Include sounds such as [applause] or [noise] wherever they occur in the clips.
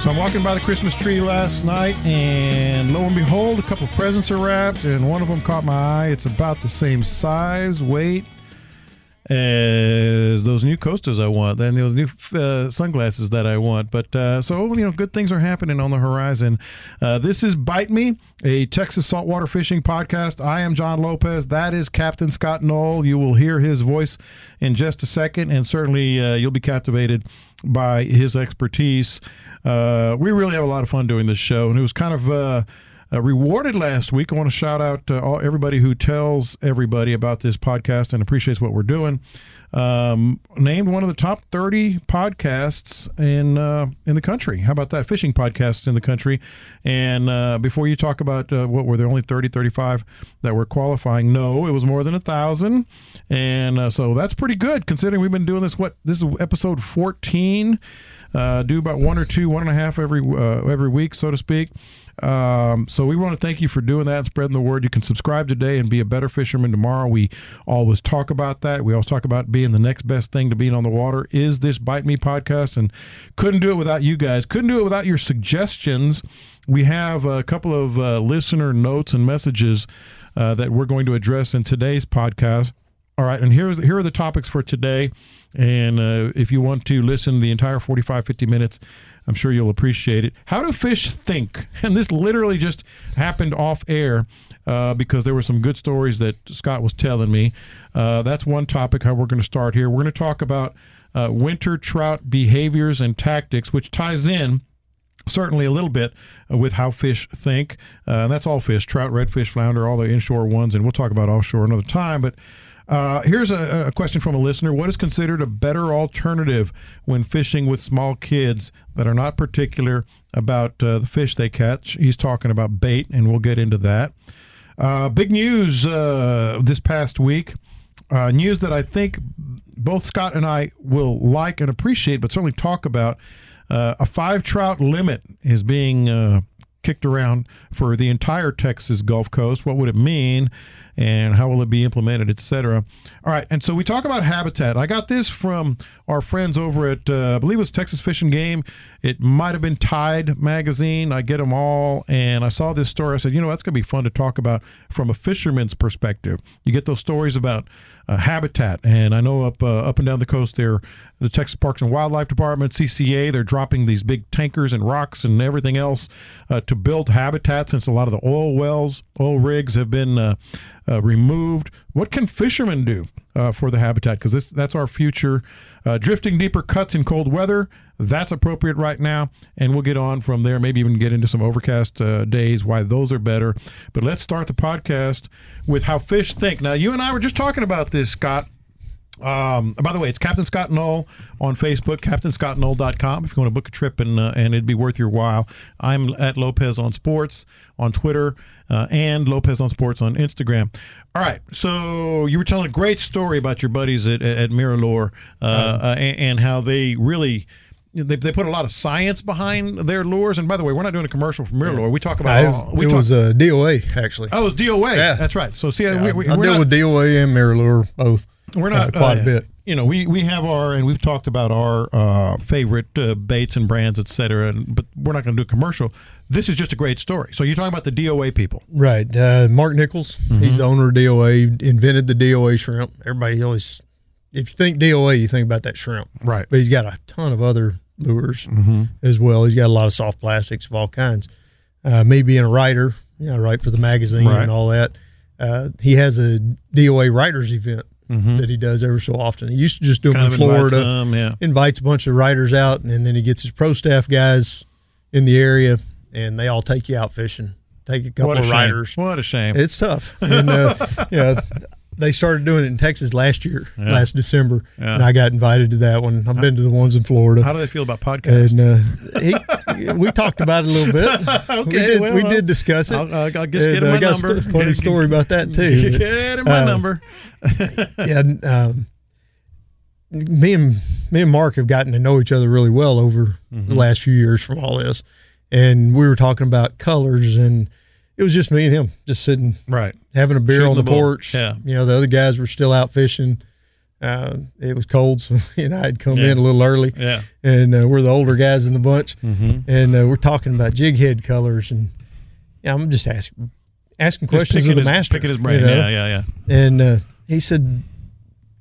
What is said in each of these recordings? So I'm walking by the Christmas tree last night, and lo and behold, a couple of presents are wrapped, and one of them caught my eye. It's about the same size, weight as those new Costas I want, and those new uh, sunglasses that I want. But uh, so you know, good things are happening on the horizon. Uh, this is Bite Me, a Texas saltwater fishing podcast. I am John Lopez. That is Captain Scott Knoll. You will hear his voice in just a second, and certainly uh, you'll be captivated by his expertise. Uh, we really have a lot of fun doing this show, and it was kind of uh, uh, rewarded last week. I want to shout out uh, all, everybody who tells everybody about this podcast and appreciates what we're doing. Um, named one of the top 30 podcasts in uh, in the country. How about that? Fishing podcasts in the country. And uh, before you talk about uh, what were there only 30, 35 that were qualifying, no, it was more than a thousand. And uh, so that's pretty good considering we've been doing this. What this is episode 14. Uh, do about one or two, one and a half every uh, every week, so to speak. Um, so we want to thank you for doing that, spreading the word. You can subscribe today and be a better fisherman tomorrow. We always talk about that. We always talk about being the next best thing to being on the water. Is this Bite Me podcast? And couldn't do it without you guys. Couldn't do it without your suggestions. We have a couple of uh, listener notes and messages uh, that we're going to address in today's podcast. All right, and here's here are the topics for today. And uh, if you want to listen the entire 45, 50 minutes, I'm sure you'll appreciate it. How do fish think? [laughs] And this literally just happened off air uh, because there were some good stories that Scott was telling me. Uh, that's one topic how we're going to start here. We're going to talk about uh, winter trout behaviors and tactics, which ties in certainly a little bit uh, with how fish think. Uh, and that's all fish trout, redfish, flounder, all the inshore ones. And we'll talk about offshore another time. But uh, here's a, a question from a listener What is considered a better alternative when fishing with small kids that are not particular about uh, the fish they catch? He's talking about bait, and we'll get into that. Uh, big news uh, this past week. Uh, news that I think both Scott and I will like and appreciate, but certainly talk about. Uh, a five trout limit is being uh, kicked around for the entire Texas Gulf Coast. What would it mean, and how will it be implemented, et cetera? All right, and so we talk about habitat. I got this from our friends over at, uh, I believe it was Texas Fish and Game. It might have been Tide magazine. I get them all, and I saw this story. I said, you know, that's going to be fun to talk about from a fisherman's perspective. You get those stories about uh, habitat, and I know up uh, up and down the coast there, the Texas Parks and Wildlife Department, CCA, they're dropping these big tankers and rocks and everything else uh, to build habitat since a lot of the oil wells, oil rigs have been uh, uh, removed. What can fishermen do? uh, for the habitat because this that's our future. Uh, drifting deeper cuts in cold weather that's appropriate right now, and we'll get on from there. Maybe even get into some overcast uh, days why those are better. But let's start the podcast with how fish think. Now you and I were just talking about this, Scott. Um, by the way, it's Captain Scott Knoll on Facebook, captainscottnoll.com. If you want to book a trip and uh, and it'd be worth your while. I'm at Lopez on Sports on Twitter uh, and Lopez on Sports on Instagram. All right, so you were telling a great story about your buddies at, at at Miralore uh, Uh-huh. uh, and, and how they really. They, they put a lot of science behind their lures, and by the way, we're not doing a commercial for Mirror Lure. We talk about all- I, we it talk, was uh, DOA actually. oh, it's DOA. Yeah. That's right. So see, Yeah, we, we, I we're deal not- with DOA and Mirror both. we're uh, not quite uh, a bit. You know, we we have our and we've talked about our uh, favorite uh, baits and brands, et cetera. And, but we're not going to do a commercial. This is just a great story. So you're talking about the DOA people. Right. Uh, Mark Nichols, he's the owner of DOA, invented the DOA shrimp. Everybody always, if you think DOA, you think about that shrimp. Right. But he's got a ton of other lures as well. He's got a lot of soft plastics of all kinds. Uh, me being a writer, you know, I write for the magazine Right. and all that. Uh, he has a DOA writers event that he does ever so often. He used to just do them Kind in of invites Florida them, yeah. invites a bunch of writers out, and then he gets his pro staff guys in the area, and they all take you out fishing. Take a couple What a of shame. riders. What a shame. It's tough. And, uh, [laughs] you know, they started doing it in Texas last year, last December, and I got invited to that one. I've been to the ones in Florida. How do they feel about podcasts? and [laughs] uh, he, we talked about it a little bit. we Okay, did, well, we I'll- did discuss it. I'll- I'll- I'll just get him uh, my got a sto- number. funny story about [laughs] that too. Get in my Uh, number. yeah, and, um, me and me and Mark have gotten to know each other really well over Mm-hmm. the last few years from all this, and we were talking about colors, and it was just me and him just sitting Right. having a beer Shooting on the the, bull. porch. Yeah. you know the other guys were still out fishing. Uh, it was cold, so [laughs] you know I had come Yeah. in a little early, Yeah. Mm-hmm. and uh, we're the older guys in the bunch, and uh, we're talking about jig head colors, and yeah, I'm just asking asking Just questions picking of the his- master. Picking his you brain. know? Yeah, yeah, yeah. And uh, he said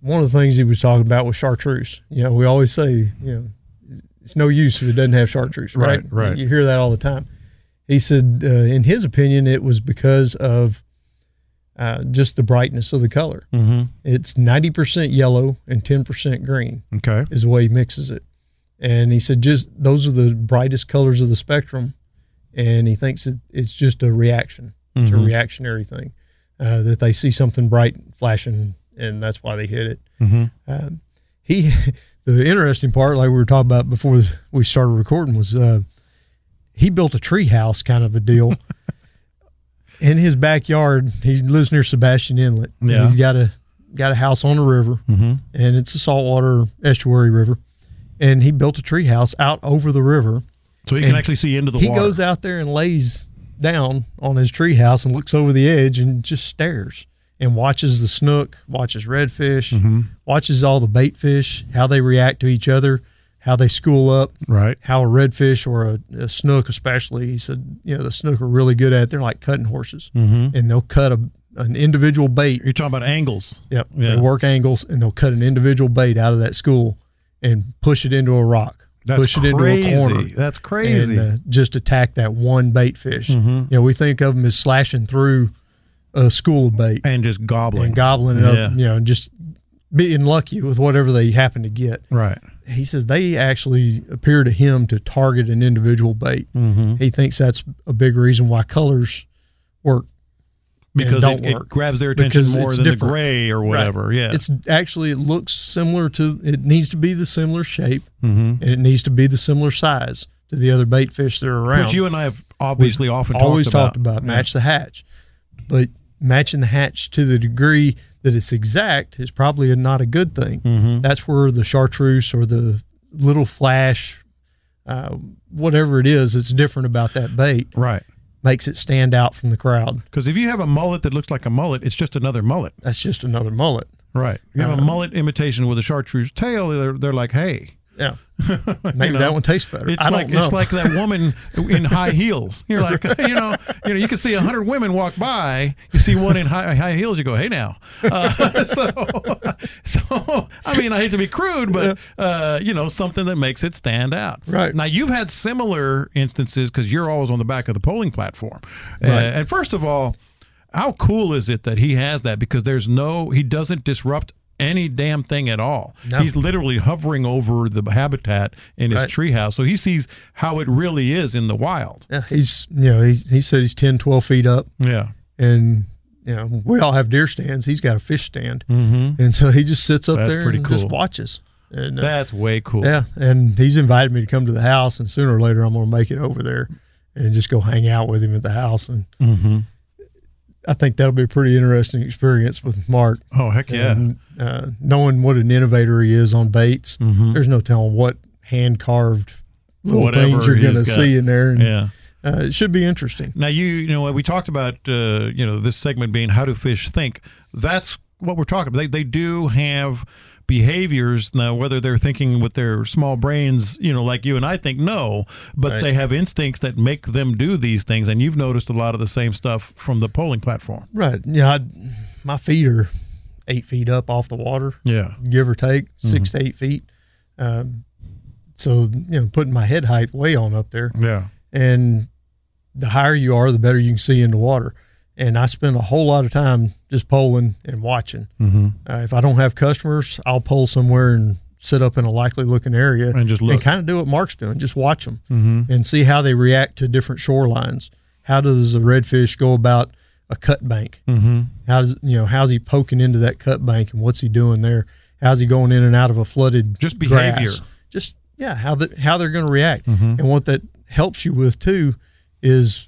one of the things he was talking about was chartreuse. You know, we always say, you know, it's no use if it doesn't have chartreuse, right? Right, right. You hear that all the time. He said, uh, in his opinion, it was because of uh, just the brightness of the color. Mm-hmm. It's 90% yellow and 10% green Okay. is the way he mixes it. And he said, just those are the brightest colors of the spectrum. And he thinks that it's just a reaction, it's a reactionary thing uh, that they see something bright flashing, and that's why they hit it. Um, he, [laughs] the interesting part, like we were talking about before we started recording, was uh, he built a tree house kind of a deal. In his backyard, he lives near Sebastian Inlet. and Yeah. He's got a got a house on a river, and it's a saltwater estuary river. And he built a tree house out over the river. So he can And actually see into the He water. goes out there and lays down on his tree house and looks over the edge and just stares and watches the snook, watches redfish, Mm-hmm. watches all the bait fish, how they react to each other, how they school up right. how a redfish or a, a snook, especially, he said, you know, the snook are really good at. it. They're like cutting horses, Mm-hmm. and they'll cut a, an individual bait. You're talking about angles. Yep, Yeah. they work angles, and they'll cut an individual bait out of that school and push it into a rock, That's push it crazy. into a corner, That's crazy. Mm-hmm. and uh, just attack that one bait fish. You know, we think of them as slashing through a school of bait and just gobbling. and gobbling it Yeah. up, you know, and just being lucky with whatever they happen to get right. he says they actually appear to him to target an individual bait. Mm-hmm. He thinks that's a big reason why colors work Because don't it, it work. grabs their attention Because more it's than the different. gray or whatever. Yeah. It's actually it looks similar to it needs to be the similar shape Mm-hmm. and it needs to be the similar size to the other bait fish that are around. Which you and I have obviously often always talked talked about. about, match the hatch. But matching the hatch to the degree that it's exact is probably not a good thing. Mm-hmm. That's where the chartreuse or the little flash, uh, whatever it is that's different about that bait, Right. makes it stand out from the crowd. Because if you have a mullet that looks like a mullet, it's just another mullet. That's just another mullet. Right. Uh-huh. You have a mullet imitation with a chartreuse tail. They're, they're like, hey, [laughs] Yeah, maybe know, that one tastes better. it's I don't like it's know. like that [laughs] woman in high heels. You're like, you know, you know, you can see a hundred women walk by. You see one in high, high heels, you go, hey now. Uh, [laughs] so, so I mean, I hate to be crude, but uh, you know, something that makes it stand out. Right. now, you've had similar instances because you're always on the back of the polling platform. Uh, Right. and first of all, how cool is it that he has that? Because there's no, he doesn't disrupt any damn thing at all. No. He's literally hovering over the habitat in his Right. treehouse, so he sees how it really is in the wild. Yeah, he's you know he's he said he's 10, 12 feet up, Yeah, and you know we all have deer stands. He's got a fish stand, mm-hmm. and so he just sits up That's there pretty and cool. just watches. And, uh, that's way cool. yeah, and he's invited me to come to the house, and sooner or later I'm going to make it over there and just go hang out with him at the house. And Mm-hmm. I think that'll be a pretty interesting experience with Mark. Oh heck yeah! And, uh, knowing what an innovator he is on baits, there's no telling what hand carved little Mm-hmm. Whatever things you're going to he's got. see in there. And, yeah. uh, it should be interesting. Now you you know we talked about uh, you know this segment being how do fish think. That's what we're talking. They they do have behaviors now whether they're thinking with their small brains you know like you and i think no but Right. they have instincts that make them do these things and you've noticed a lot of the same stuff from the polling platform Right. Yeah. I, my feet are eight feet up off the water, yeah give or take 6 Mm-hmm. to eight feet. Um, so, you know, putting my head height way on up there. yeah And the higher you are, the better you can see in the water. And I spend a whole lot of time just polling and watching. mm-hmm. Uh, if I don't have customers, I'll pull somewhere and sit up in a likely looking area And just look. and kind of do what Mark's doing, just watch them Mm-hmm. and see how they react to different shorelines. How does a redfish go about a cut bank? Mm-hmm. How does you know how's he poking into that cut bank and what's he doing there? How's he going in and out of a flooded Just behavior. Mm-hmm. grass? Just yeah, how the, how they're going to react and what that helps you with too is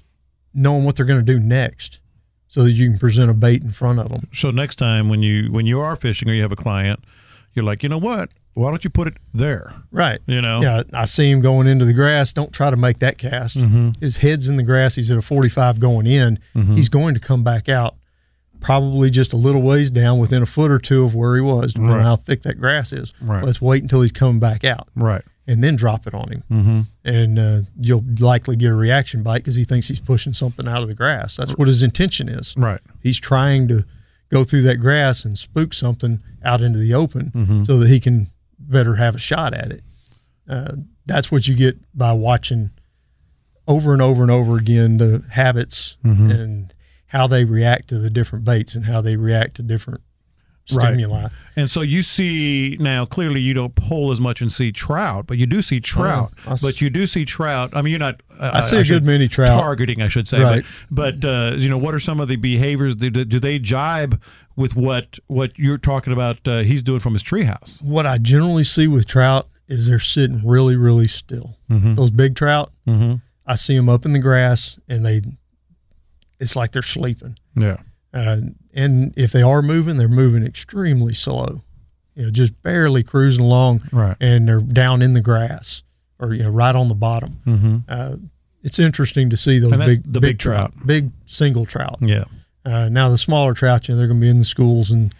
knowing what they're going to do next, so that you can present a bait in front of them. so next time when you when you are fishing or you have a client you're like you know what why don't you put it there Right. you know Yeah, I see him going into the grass. Don't try to make that cast. Mm-hmm. His head's in the grass. He's at a 45 going in. He's going to come back out probably just a little ways down within a foot or two of where he was, depending Right. on how thick that grass is. Right. Let's wait until he's coming back out right and then drop it on him. Mm-hmm. And uh, you'll likely get a reaction bite because he thinks he's pushing something out of the grass. That's what his intention is. right He's trying to go through that grass and spook something out into the open Mm-hmm. so that he can better have a shot at it. Uh, that's what you get by watching over and over and over again the habits Mm-hmm. and how they react to the different baits and how they react to different Right. stimuli. And so you see now clearly you don't pull as much and see trout, but you do see trout. Oh, I s- but you do see trout. I mean, you're not. Uh, I see a a good many trout. targeting, I should say. Right. But, but uh, you know, what are some of the behaviors? Do, do they jibe with what what you're talking about? Uh, he's doing from his treehouse. What I generally see with trout is they're sitting really, really still. Those big trout, Mm-hmm. I see them up in the grass and they, it's like they're sleeping. Yeah. Uh, and if they are moving, they're moving extremely slow, you know, just barely cruising along, Right. and they're down in the grass or you know right on the bottom. Mm-hmm. Uh, it's interesting to see those And that's big the big trout. big single trout. Yeah. Uh, now the smaller trout, you know, they're going to be in the schools and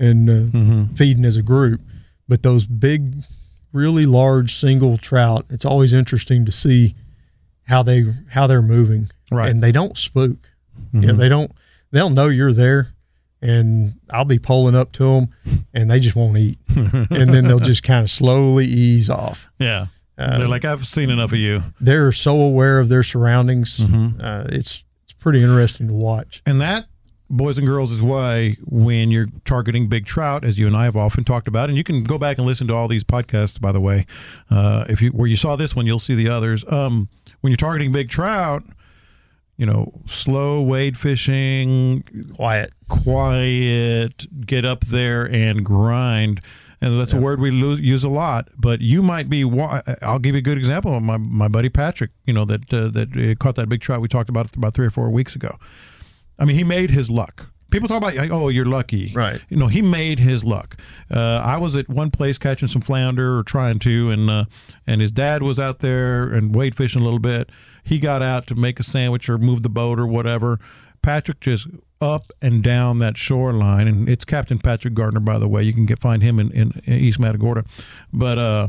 and uh, feeding as a group, but those big, really large single trout, it's always interesting to see how they how they're moving. Right. and they don't spook. You know, they don't. They'll know you're there, and I'll be pulling up to them, and they just won't eat, and then they'll just kind of slowly ease off. Yeah. They're like, I've seen enough of you. They're so aware of their surroundings. Uh, it's it's pretty interesting to watch. And that, boys and girls, is why when you're targeting big trout, as you and I have often talked about, and you can go back and listen to all these podcasts, by the way. Uh, if you where you saw this one, you'll see the others. Um, when you're targeting big trout, you know, slow wade fishing, Quiet. quiet, get up there and grind. And that's a word we lo- use a lot, but you might be. Wa- I'll give you a good example. My my buddy Patrick, you know that uh, that uh, caught that big trout we talked about about three or four weeks ago. I mean, he made his luck. People talk about, like, oh, you're lucky. Right. You know, he made his luck. Uh, I was at one place catching some flounder or trying to, and uh, and his dad was out there and wade fishing a little bit. He got out to make a sandwich or move the boat or whatever. Patrick just up and down that shoreline, and it's Captain Patrick Gardner, by the way. You can get find him in, in, in East Matagorda, but. uh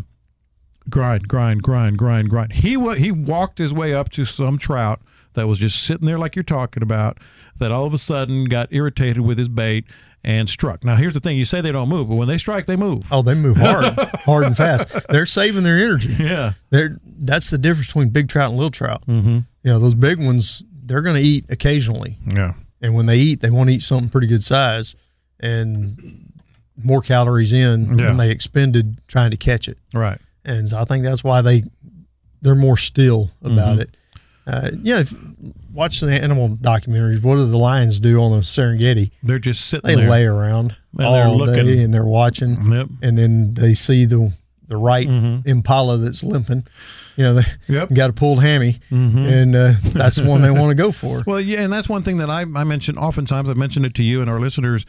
grind, grind, grind, grind, grind. He wa- he walked his way up to some trout that was just sitting there like you're talking about. That all of a sudden got irritated with his bait and struck. Now here's the thing: you say they don't move, but when they strike, they move. Oh, they move hard, hard and fast. They're saving their energy. Yeah, They're that's the difference between big trout and little trout. Mm-hmm. You know, those big ones, they're going to eat occasionally. yeah, and when they eat, they want to eat something pretty good size, and more calories in Yeah. than they expended trying to catch it. Right. And so I think that's why they they're more still about it. Uh, yeah, if, watch the animal documentaries. What do the lions do on the Serengeti? They're just sitting They there. lay around they're all looking. day and they're watching, Yep. Mm-hmm. and then they see the the right impala that's limping. You know, they Yep. Mm-hmm. got a pulled hammy, and uh, that's the one they want to go for. [laughs] Well, yeah, and that's one thing that I, I mention oftentimes. I've mentioned it to you and our listeners.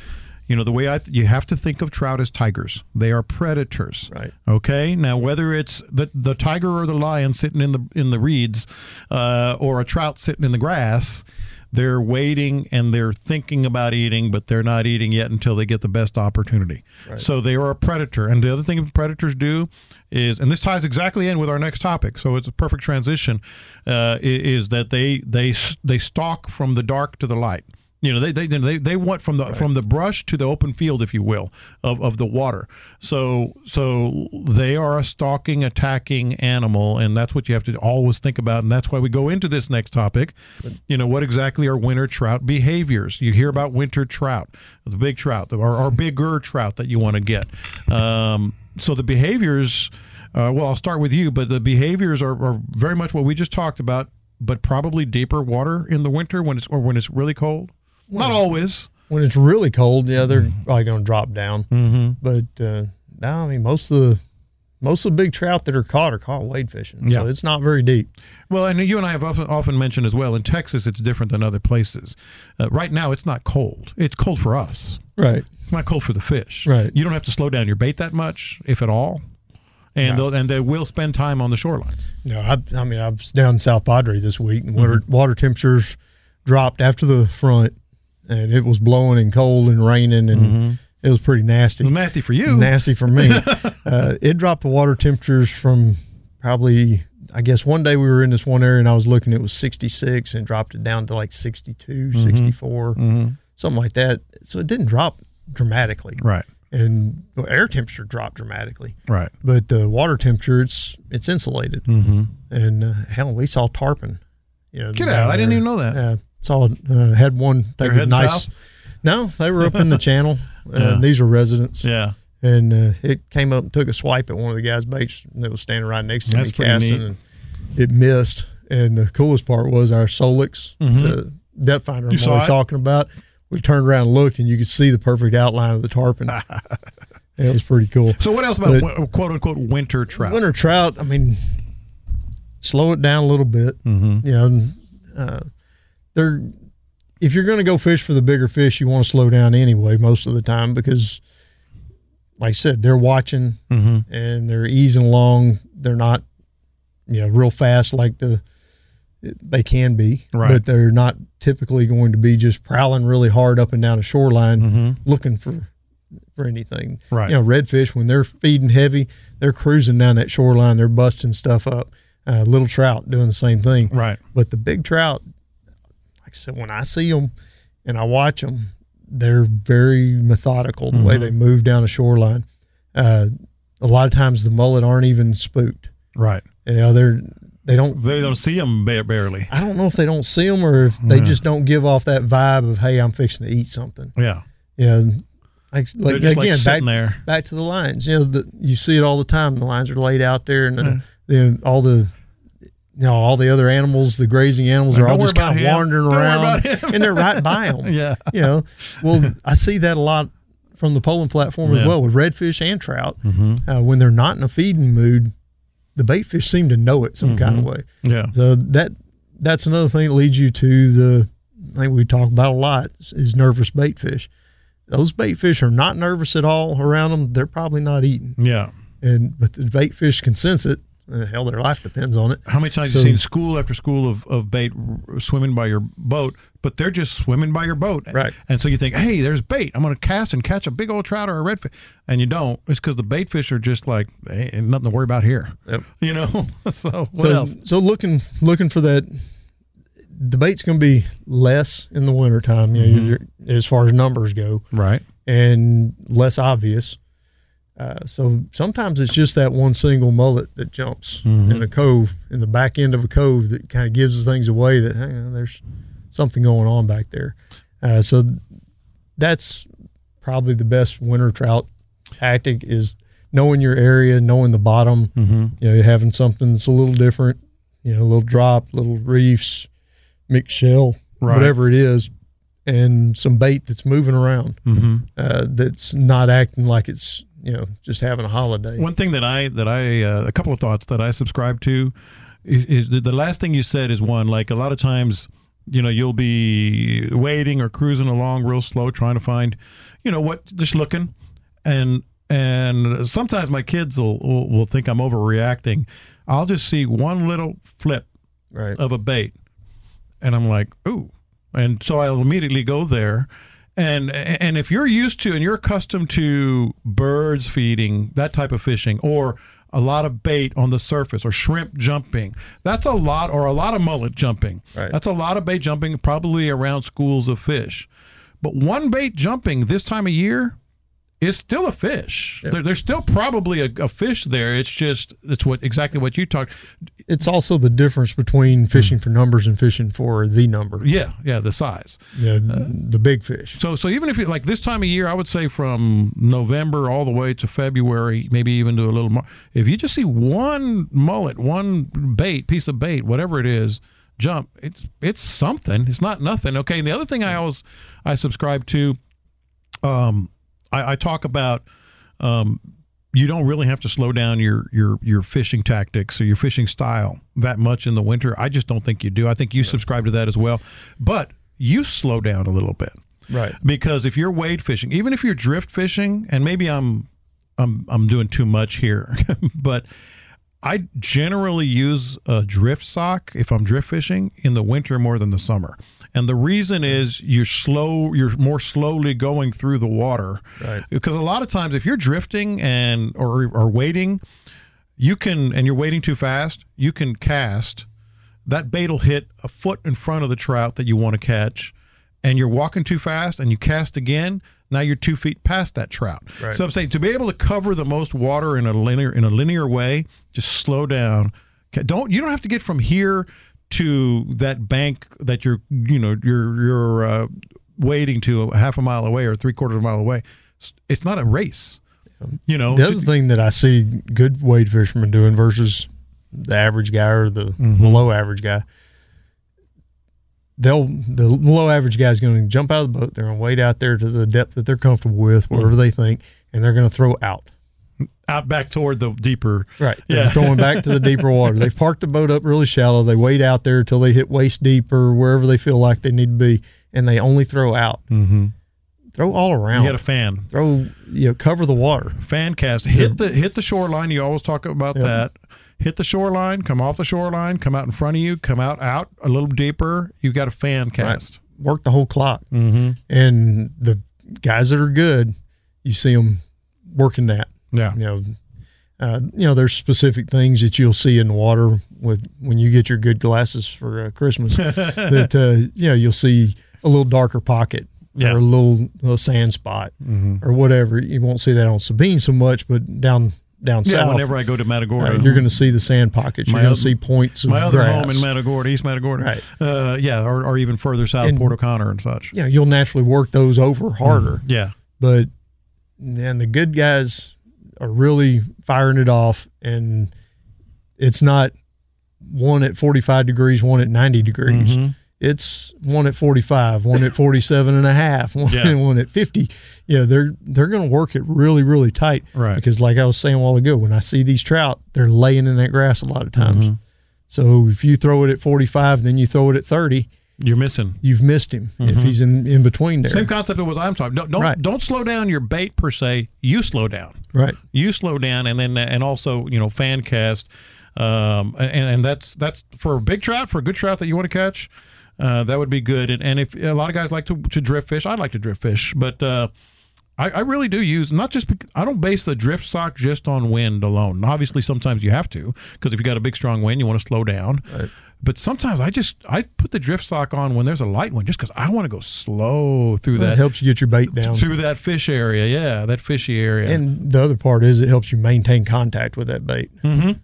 You know, the way I you have to think of trout as tigers. They are predators. Right. Okay. Now, whether it's the the tiger or the lion sitting in the in the reeds, uh, or a trout sitting in the grass, they're waiting and they're thinking about eating, but they're not eating yet until they get the best opportunity. So they are a predator. And the other thing predators do is, and this ties exactly in with our next topic, so it's a perfect transition, uh, i- is that they they s- they stalk from the dark to the light. You know, they they they, they want from the from the brush to the open field, if you will, of, of the water. So so they are a stalking, attacking animal, and that's what you have to always think about. And that's why we go into this next topic. You know, what exactly are winter trout behaviors? You hear about winter trout, the big trout, or, or bigger trout that you want to get. Um, so the behaviors, uh, well, I'll start with you, but the behaviors are, are very much what we just talked about, but probably deeper water in the winter when it's or when it's really cold. Not always. when it's really cold, yeah, they're probably going to drop down. Mm-hmm. But uh, no, I mean most of the most of the big trout that are caught are caught wade fishing. Yeah. So it's not very deep. Well, and you and I have often, often mentioned as well. In Texas, it's different than other places. Uh, right now, it's not cold. It's cold for us. Right. It's not cold for the fish. Right. You don't have to slow down your bait that much, if at all. And they'll, and they will spend time on the shoreline. No, I, I mean I was down in South Padre this week, and water water temperatures dropped after the front, and it was blowing and cold and raining, and it was pretty nasty. It's nasty for you. nasty for me. uh, it dropped the water temperatures from probably, I guess, one day we were in this one area and I was looking, it was 66 and dropped it down to like 62, 64, something like that. So it didn't drop dramatically. right. And the air temperature dropped dramatically. Right. But the water temperature, it's it's insulated. Mm-hmm. And uh, hell, we saw tarpon. You know, Get down out. I didn't there. even know that. Yeah, saw uh, had one take a heading nice. south? No, they were up [laughs] in the channel. Uh, These are residents Yeah. and uh, it came up and took a swipe at one of the guys' baits that was standing right next to That's me pretty casting, neat. and it missed. And the coolest part was our Solix, the depth finder I'm Mm-hmm. saw always it? talking about. We turned around and looked, and you could see the perfect outline of the [laughs] tarpon. it was pretty cool. So what else about But- wi- quote unquote winter trout? Winter trout, I mean, slow it down a little bit. Mm-hmm. You know, and, uh, they're if you're going to go fish for the bigger fish, you want to slow down anyway most of the time because, like I said, they're watching Mm-hmm. and they're easing along. They're not, you know, real fast like the they can be, Right. but they're not typically going to be just prowling really hard up and down a shoreline Mm-hmm. looking for for anything. Right. You know, redfish when they're feeding heavy, they're cruising down that shoreline. They're busting stuff up. Uh, little trout doing the same thing. Right. But the big trout, like I said, when I see them and I watch them, they're very methodical the Mm-hmm. way they move down a shoreline. Uh, a lot of times the mullet aren't even spooked. Right. You know, they're they don't They don't see them barely. I don't know if they don't see them or if Mm. they just don't give off that vibe of hey, I'm fixing to eat something. Yeah. Yeah, like, like just, like, again, back sitting there. back to the lines. You know, the, you see it all the time. The lines are laid out there, and then, then all the you know all the other animals, the grazing animals, are Don't all worry just about kind of him. wandering Don't worry around, about him. and they're [laughs] right by them. Yeah. you know. Well, I see that a lot from the polling platform as well with redfish and trout. Mm-hmm. Uh, when they're not in a feeding mood, the bait fish seem to know it some Mm-hmm. kind of way. Yeah. So that that's another thing that leads you to the thing we talk about a lot is, is nervous bait fish. Those bait fish are not nervous at all around them. They're probably not eating, Yeah. and but the bait fish can sense it. Uh, hell, their life depends on it. How many times So- you seen school after school of, of bait r- swimming by your boat, but they're just swimming by your boat. Right. And so you think, hey, there's bait. I'm going to cast and catch a big old trout or a redfish. And you don't. It's because the bait fish are just like, hey, ain't nothing to worry about here. Yep. You know? [laughs] so what so, else? So looking looking for that. The bait's going to be less in the wintertime, you know, Mm-hmm. you're- as far as numbers go. Right. and less obvious. Uh, so sometimes it's just that one single mullet that jumps in a cove, in the back end of a cove, that kind of gives things away that hang on, there's something going on back there. Uh, so that's probably the best winter trout tactic is knowing your area, knowing the bottom. You know, having something that's a little different. You know, a little drop, little reefs, mixed shell, Right. whatever it is, and some bait that's moving around. Uh, that's not acting like it's you know just having a holiday. One thing that I that I uh, a couple of thoughts that I subscribe to is, is the- the last thing you said is one like a lot of times you know you'll be waiting or cruising along real slow trying to find you know what just looking and and sometimes my kids will will, will think I'm overreacting. I'll just see one little flip right. of a bait. And I'm like, ooh. And so I'll immediately go there. And and if you're used to and you're accustomed to birds feeding, that type of fishing, or a lot of bait on the surface or shrimp jumping. That's a lot or a lot of mullet jumping. Right. That's a lot of bait jumping probably around schools of fish. But one bait jumping this time of year is still a fish. There, there's still probably a, a fish there. It's just it's what exactly what you talked. It's also the difference between fishing for numbers and fishing for the number. Yeah, yeah, the size. Yeah, the big fish. So, so even if you like this time of year, I would say from November all the way to February, maybe even to a little more. If you just see one mullet, one bait, piece of bait, whatever it is, jump. It's it's something. It's not nothing. Okay. And the other thing I always I subscribe to, um, I, I talk about, um, you don't really have to slow down your your your fishing tactics or your fishing style that much in the winter. I just don't think you do. I think you subscribe to that as well, but you slow down a little bit Right. because if you're wade fishing, even if you're drift fishing, and maybe I'm I'm I'm doing too much here, [laughs] but I generally use a drift sock if I'm drift fishing in the winter more than the summer. And the reason is you're slow, you're more slowly going through the water. Right. Because a lot of times if you're drifting and or or wading, you can and you're wading too fast, you can cast that bait will hit a foot in front of the trout that you want to catch, and you're walking too fast and you cast again. Now you're two feet past that trout. Right. So I'm saying to be able to cover the most water in a linear in a linear way, just slow down. Ca- Don't you don't have to get from here to that bank that you're you know you're you're uh, wading to a half a mile away or three quarters of a mile away. S- It's not a race. You know, The other thing that I see good wade fishermen doing versus the average guy or the below average guy, they'll the low average guy's going to jump out of the boat. They're going to wade out there to the depth that they're comfortable with, wherever they think, and they're going to throw out. out back toward the deeper. Right. They're Yeah. just throwing back to the deeper water. They've parked the boat up really shallow. They wade out there till they hit waist deep or wherever they feel like they need to be, and they only throw out. Mm-hmm. Throw all around. You had a fan. throw you know cover the water. fan cast hit the hit the shoreline you always talk about that hit the shoreline come off the shoreline come out in front of you come out out a little deeper you got a fan cast work the whole clock. Mm-hmm. And the guys that are good, you see them working that. yeah You know, uh, you know, there's specific things that you'll see in the water with when you get your good glasses for [laughs] uh, Christmas. that uh, you know you'll see a little darker pocket Yeah. Mm-hmm. or a little, little sand spot or whatever. You won't see that on Sabine so much, but down down yeah south, whenever i go to uh, matagorda you're going to see the sand pockets. You're My going oth- to see points of my other grass. home in matagorda east matagorda Right. uh, yeah or, or even further south And- port o'connor and such you know, you'll naturally work those over harder. yeah but and the good guys are really firing it off and it's not one at 45 degrees one at 90 degrees Mm-hmm. it's one at 45 one at 47 and a half [laughs] one, Yeah. one at 50 yeah they're they're going to work it really really tight Right. because like i was saying a while ago when i see these trout they're laying in that grass a lot of times Mm-hmm. so if you throw it at 45 then you throw it at 30 you're missing you've missed him if he's in in between there Mm-hmm. same concept of what i'm talking don't don't, Right. don't slow down your bait per se you slow down right you slow down and then and also you know fan cast um and, and that's that's for a big trout for a good trout that you want to catch uh that would be good and, and if a lot of guys like to, to drift fish i like to drift fish but uh I, I really do use not just bec- I don't base the drift sock just on wind alone. Obviously, sometimes you have to because if you got a big strong wind, you want to slow down. But sometimes I just I put the drift sock on when there's a light wind just because I want to go slow through that that helps you get your bait down through that fish area. Yeah, that fishy area. And the other part is it helps you maintain contact with that bait.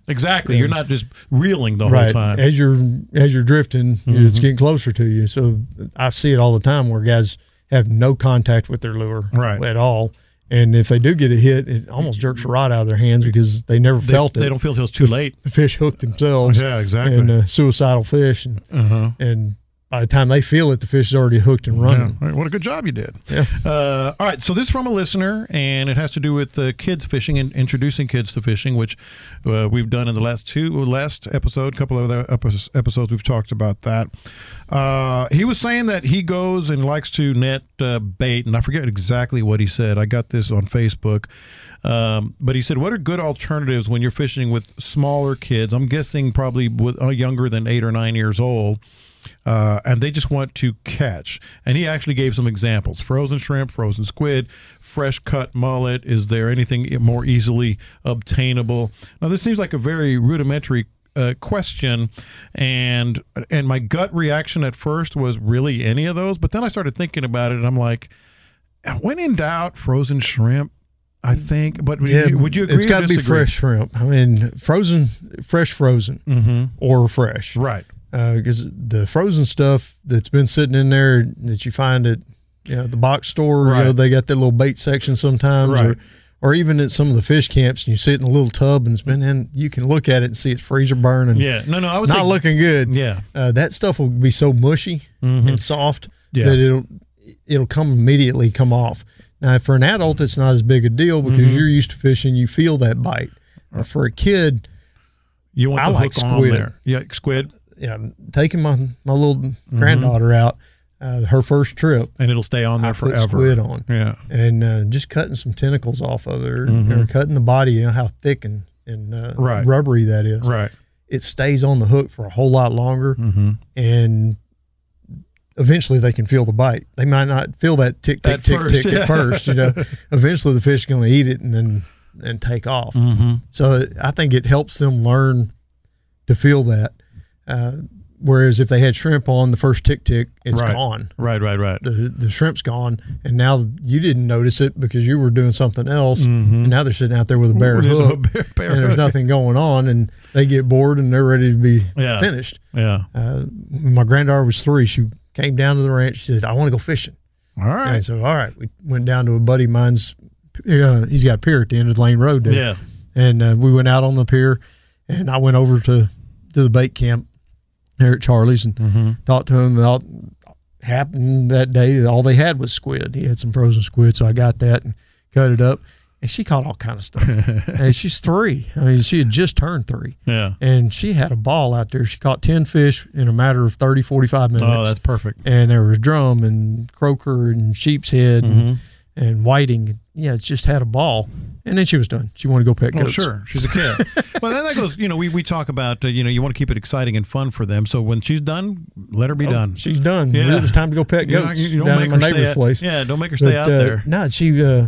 Exactly. You're not just reeling Mm-hmm. the whole time. Mm-hmm. As you're as you're drifting, it's getting closer to you. So I see it all the time where guys have no contact with their lure Right. at all. And if they do get a hit, it almost jerks the rod out of their hands because they never They, felt it. they don't feel till it's too late. the fish hook themselves. Yeah, exactly. And uh, suicidal fish, and, Uh-huh. and by the time they feel it, the fish is already hooked and Yeah. running. All right, what a good job you did. Yeah. Uh, all right. So this is from a listener, and it has to do with uh, kids fishing and introducing kids to fishing, which uh, we've done in the last two last episode, couple of other epi- episodes we've talked about that. Uh, he was saying that he goes and likes to net uh, bait, and I forget exactly what he said. I got this on Facebook, um, but he said, "What are good alternatives when you're fishing with smaller kids? I'm guessing probably with, uh, younger than eight or nine years old." uh, and they just want to catch. And he actually gave some examples: frozen shrimp, frozen squid, fresh cut mullet. Is there anything e-, more easily obtainable? Now, this seems like a very rudimentary. Uh, question and and my gut reaction at first was really any of those but then i started thinking about it and i'm like when in doubt frozen shrimp i think but would you- would you agree It's or got to be disagree? fresh shrimp. I mean, frozen, fresh frozen, Mm-hmm. or fresh. right because Uh, the frozen stuff that's been sitting in there that you find at you know, the box store, you know, Right. they got that little bait section sometimes, Right. or, or even at some of the fish camps, and you sit in a little tub and it's been in, you can look at it and see it's freezer burning. yeah no no i was Not looking good. yeah Uh, that stuff will be so mushy and soft Mm-hmm. Yeah. that it'll it'll come immediately come off. Now, for an adult, it's not as big a deal because Mm-hmm. you're used to fishing, you feel that bite. Now, for a kid, you want I the like hook on squid. there yeah squid yeah, taking my my little Mm-hmm. granddaughter out, uh, her first trip, and it'll stay on there I put forever squid on, yeah and uh, just cutting some tentacles off of it, or, or cutting the body. You know how thick and and uh, Mm-hmm. Right. rubbery that is. Right. It stays on the hook for a whole lot longer, Mm-hmm. and eventually they can feel the bite. They might not feel that tick tick At tick first, tick yeah. at first. [laughs] You know, eventually the fish is going to eat it and then and take off. Mm-hmm. So I think it helps them learn to feel that. Uh, whereas if they had shrimp on the first tick tick, it's right. gone. Right, right, right. The the shrimp's gone, and now you didn't notice it because you were doing something else. And now they're sitting out there with a bare There's Mm-hmm. a hook, bare- bare and there's hook. nothing going on, and they get bored and they're ready to be Yeah. finished. yeah. Uh, my granddaughter was three. She came down to the ranch. She said, "I want to go fishing." All right. And so, all right, we went down to a buddy of mine's. Uh, he's got a pier at the end of Lane Road. There Yeah. and uh, we went out on the pier, and I went over to to the bait camp there at Charlie's and Mm-hmm. talked to him. And all happened that day, all they had was squid. He had some frozen squid, so I got that and cut it up. And she caught all kind [laughs] of stuff. and she's three. I mean, she had just turned three. Yeah. And she had a ball out there. She caught 10 fish in a matter of 30, 45 minutes Oh, that's perfect. and there was drum and croaker and sheep's head and, Mm-hmm. and whiting. Yeah, it just had a ball. And then she was done. She wanted to go pet Well, goats. Oh, sure. She's a [laughs] kid. well, then that goes, you know, we, we talk about, uh, you know, you want to keep it exciting and fun for them. So when she's done, let her be done. She's done. Yeah. It was time to go pet You don't- goats you don't down make at my her stay neighbor's out- place. Yeah, don't make her stay But, out uh, there. No, she, uh,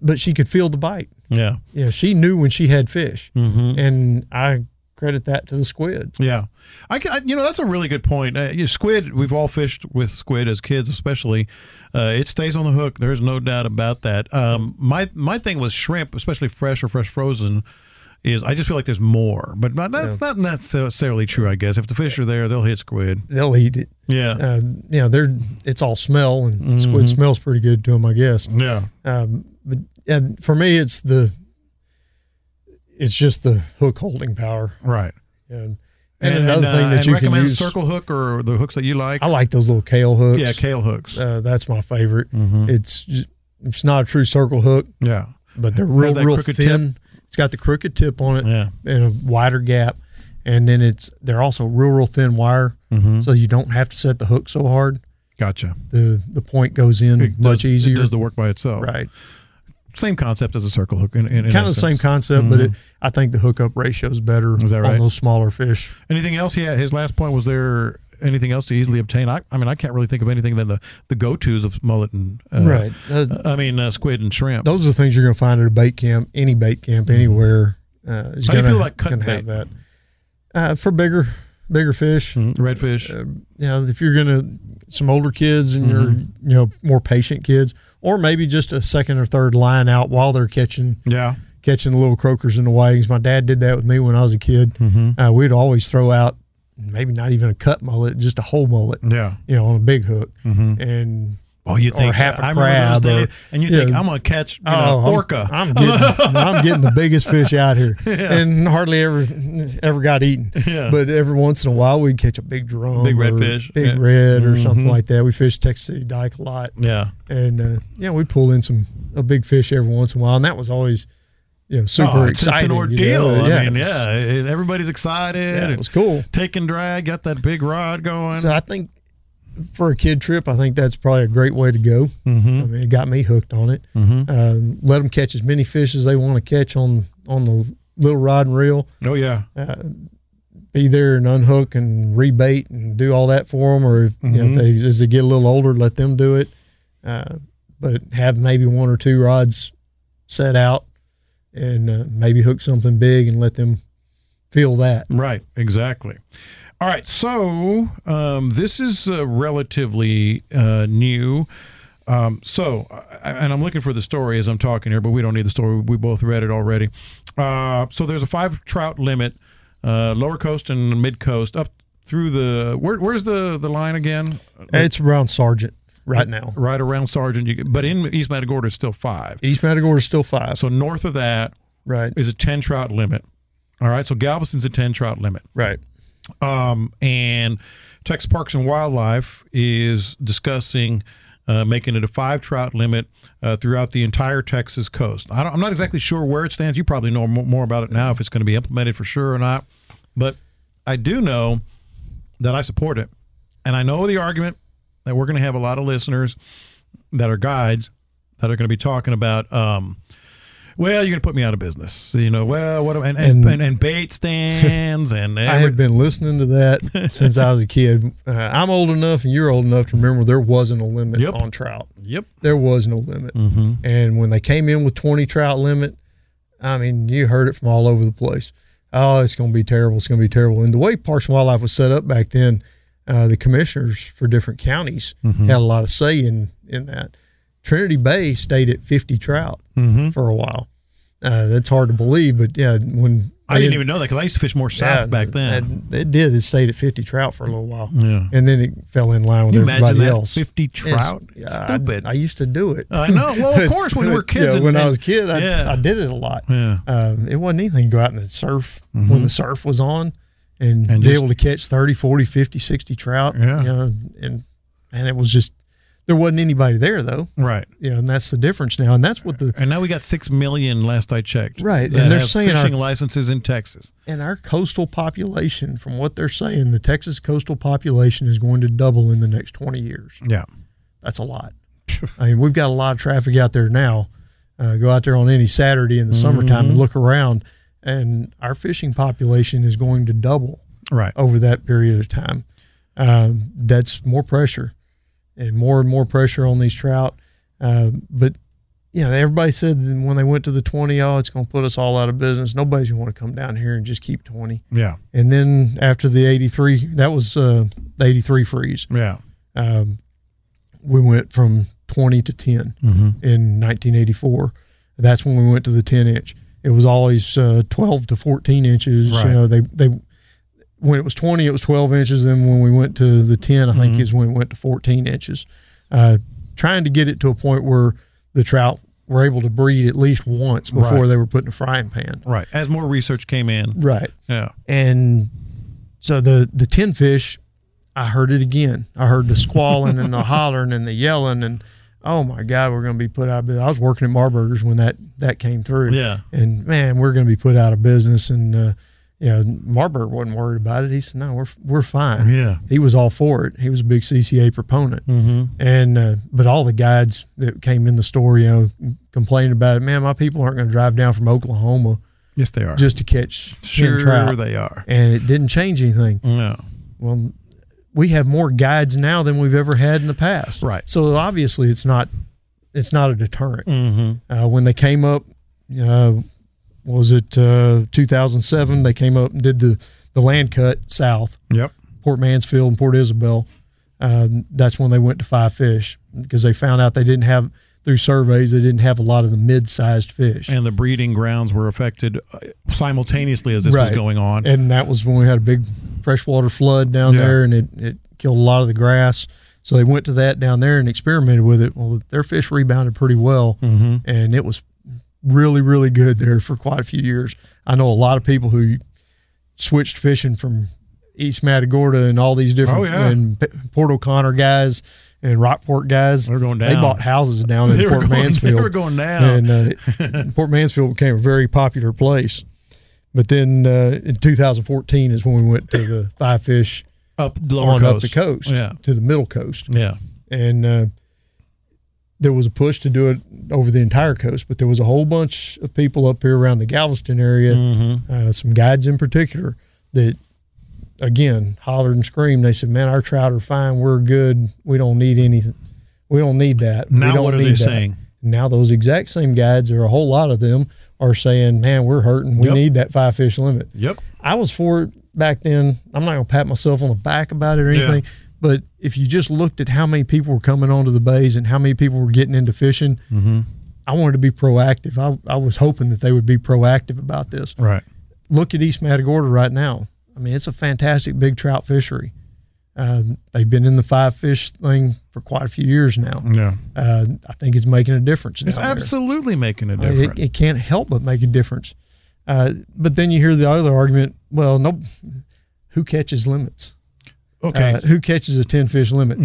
but she could feel the bite. Yeah. Yeah, she knew when she had fish. Mm-hmm. And I credit that to the squid. Yeah, I, ca- I- you know that's a really good point. Uh, you know, squid, we've all fished with squid as kids, especially. Uh, it stays on the hook. There's no doubt about that. Um, my my thing with shrimp, especially fresh or fresh frozen, is I just feel like there's more, but not not, not necessarily true. I guess if the fish are there, they'll hit squid. They'll eat it. Yeah, Mm-hmm. Uh, you know, they're, it's all smell, and squid smells pretty good to them, I guess. yeah, but and for me it's the it's just the hook holding power right. and, and, another uh, thing that and you can recommend use circle hook or the hooks that you like. i like those little kale hooks yeah, kale hooks. uh, that's my favorite it's j- it's not a true circle hook yeah, but they're Has real that real crooked thin it's got the crooked tip on it Yeah. and a wider gap and then it's they're also real real thin wire so you don't have to set the hook so hard gotcha. the the point goes in It much does- easier It does the work by itself. right Same concept as a circle hook. In, in, in kind of the essence. same concept, but it, I think the hookup ratio is better Mm-hmm. Is that right? on those smaller fish. Anything else? Yeah, his last point was there anything else to easily obtain? I, I mean, I can't really think of anything than the, the go tos of mullet and uh, Uh, I mean, uh, squid and shrimp. those are the things you're going to find at a bait camp, any bait camp, anywhere. Uh, is Mm-hmm. How do you gonna- feel about cut gonna have that uh, for bigger, bigger fish. uh, Mm, redfish. You know, if you're going to some older kids and you're you Mm-hmm. know more patient kids, or maybe just a second or third line out while they're catching yeah. catching the little croakers and the whitings. My dad did that with me when I was a kid. Mm-hmm. Uh, we'd always throw out maybe not even a cut mullet, just a whole mullet. Yeah. you know, on a big hook. And Oh, you Or think half a I remember those crab or- days, and you yeah. Oh, think I'm gonna catch you know, I'm- Uh, orca? [laughs] I'm, getting, I'm getting the biggest fish [laughs] out here, and hardly ever ever got eaten. Yeah. But every once in a while, we'd catch a big drum, Big or redfish. big Yeah. Mm-hmm. red, or something like that. We fished Texas City Dyke a lot, yeah, and uh, yeah, we'd pull in some a big fish every once in a while, and that was always you know super Oh, it's, it's exciting. an you know? ordeal. I mean, it was- yeah, it- everybody's excited. yeah, it and was cool. Taking drag, got that big rod going. So I think for a kid trip, I think that's probably a great way to go. I mean, it got me hooked on it. Uh, let them catch as many fish as they want to catch on on the little rod and reel. oh yeah, Be there and unhook and rebait and do all that for them. Or if, you know, if they as they get a little older, let them do it. Uh, but have maybe one or two rods set out and uh, maybe hook something big and let them feel that. Right, exactly. All right, so um, this is uh, relatively uh, new. Um, so, I- and I'm looking for the story as I'm talking here, but we don't need the story. We both read it already. Uh, so there's a five trout limit, uh, lower coast and mid coast, up through the where, where's the the line again? It's around Sergeant right now. E Right around Sargent, you, but in East Matagorda it's still five. East Matagorda is still five. So north of that Right. is a ten trout limit. All right, so Galveston's a ten trout limit. Right. Um, and Texas Parks and Wildlife is discussing uh, making it a five trout limit uh, throughout the entire Texas coast. I don't, I'm not exactly sure where it stands. You probably know mo- more about it now if it's going to be implemented for sure or not. But I do know that I support it. And I know the argument that we're going to have a lot of listeners that are guides that are going to be talking about. Um, well, you're going to put me out of business, you know. Well, what am- and and, And- and, and bait stands and [laughs] I every- have been listening [laughs] to that since I was a kid. Uh, I'm old enough, and you're old enough to remember there wasn't a limit Yep. Mm-hmm. on trout. Yep. There was no limit. And when they came in with 20 trout limit, I mean, you heard it from all over the place. Oh, it's going to be terrible. It's going to be terrible. And the way Parks and Wildlife was set up back then, uh, the commissioners for different counties Mm-hmm. had a lot of say in in that. Trinity Bay stayed at 50 trout Mm-hmm. for a while. Uh, that's hard to believe, but yeah, when I didn't they- even know that because I used to fish more south Yeah, back then. that- it did. It stayed at 50 trout for a little while. Yeah. And then it fell in line with Can you everybody imagine that? else. 50 Yes. trout? Yeah, Stupid. I, I used to do it. I know. Well, [laughs] of course, when we were kids Yeah, and- when I and- was a kid, I, yeah. I did it a lot. Yeah. Mm-hmm. Um, it wasn't anything to go out in the surf when the surf was on and, And be just- able to catch 30, 40, 50, 60 trout. Yeah. You know, and, and it was just, there wasn't anybody there though. right. Yeah. And that's the difference now. And that's what the, And now we got six million. Last I checked. Right, that and they're have saying our- fishing licenses in Texas. and our coastal population, from what they're saying, the Texas coastal population is going to double in the next 20 years. Yeah. That's a lot. I mean, we've got a lot of traffic out there now. Uh, go out there on any Saturday in the summertime and look around, and our fishing population is going to double Right. over that period of time. Um, that's more pressure and more and more pressure on these trout. Uh, but, you know, everybody said that when they went to the 20, oh, it's going to put us all out of business. Nobody's going to want to come down here and just keep 20. Yeah. And then after the 83, that was uh, the 83 freeze. Yeah. Um, we went from 20 to 10 Mm-hmm. in 1984. That's when we went to the 10 inch. It was always uh, 12 to 14 inches. Right. You know, they, they, when it was 20, it was 12 inches. Then when we went to the 10, I Mm-hmm. think is when we went to 14 inches. Uh, trying to get it to a point where the trout were able to breed at least once before Right. they were put in a frying pan. Right. As more research came in. Right Yeah. and so the the tin fish i heard it again i heard the squalling [laughs] and the hollering and the yelling and oh my god we're going to be put out of business i was working at marburgers when that that came through Yeah. and man we're going to be put out of business and uh you know, Marburg wasn't worried about it. He said, "No, we're we're fine." Yeah. he was all for it. He was a big CCA proponent, mm-hmm. and uh, but all the guides that came in the store, you know, complaining about it. Man, my people aren't going to drive down from Oklahoma Yes, they are. just to catch tin sure trout they are. and it didn't change anything. No. Well, we have more guides now than we've ever had in the past. Right. So obviously, it's not it's not a deterrent. Mm-hmm. Uh, when they came up, uh, what was it uh, 2007? They came up and did the the land cut south, Yep. Port Mansfield and Port Isabel. Um, that's when they went to five fish because they found out they didn't have through surveys they didn't have a lot of the mid-sized fish. And the breeding grounds were affected uh, simultaneously as this was Right. going on. and that was when we had a big freshwater flood down Yeah. there, and it, it killed a lot of the grass. So they went to that down there and experimented with it. Well, their fish rebounded pretty well, Mm-hmm. and it was really, really good there for quite a few years. I know a lot of people who switched fishing from East Matagorda and all these different Oh, yeah. and P- Port O'Connor guys and Rockport guys. They're going They down. bought houses down in They were Port going- they Mansfield. were going down. And uh, Port Mansfield became a very popular place. But then uh, in 2014 is when we went to the five fish Up the lower on coast. up the coast Yeah. to the middle coast Yeah. and uh, there was a push to do it over the entire coast. But there was a whole bunch of people up here around the Galveston area, Mm-hmm. uh, some guides in particular, that again hollered and screamed. They said, "Man, our trout are fine. We're good. We don't need anything. We don't need that. We Now don't what are they need that." saying? Now those exact same guides, or a whole lot of them, are saying, "Man, we're hurting. We Yep. need that five fish limit." Yep. I was for it back then. I'm not gonna pat myself on the back about it or Yeah. anything. But if you just looked at how many people were coming onto the bays and how many people were getting into fishing, Mm-hmm. I wanted to be proactive. I, I was hoping that they would be proactive about this. Right. Look at East Matagorda right now. I mean, it's a fantastic big trout fishery. Um, they've been in the five fish thing for quite a few years now. Yeah. Uh, I think it's making a difference. Mm. It's down there. absolutely making a I mean, difference. It, it can't help but make a difference. Uh, but then you hear the other argument. Well, no, who catches limits? okay. Mm-hmm. Uh, who catches a ten fish limit?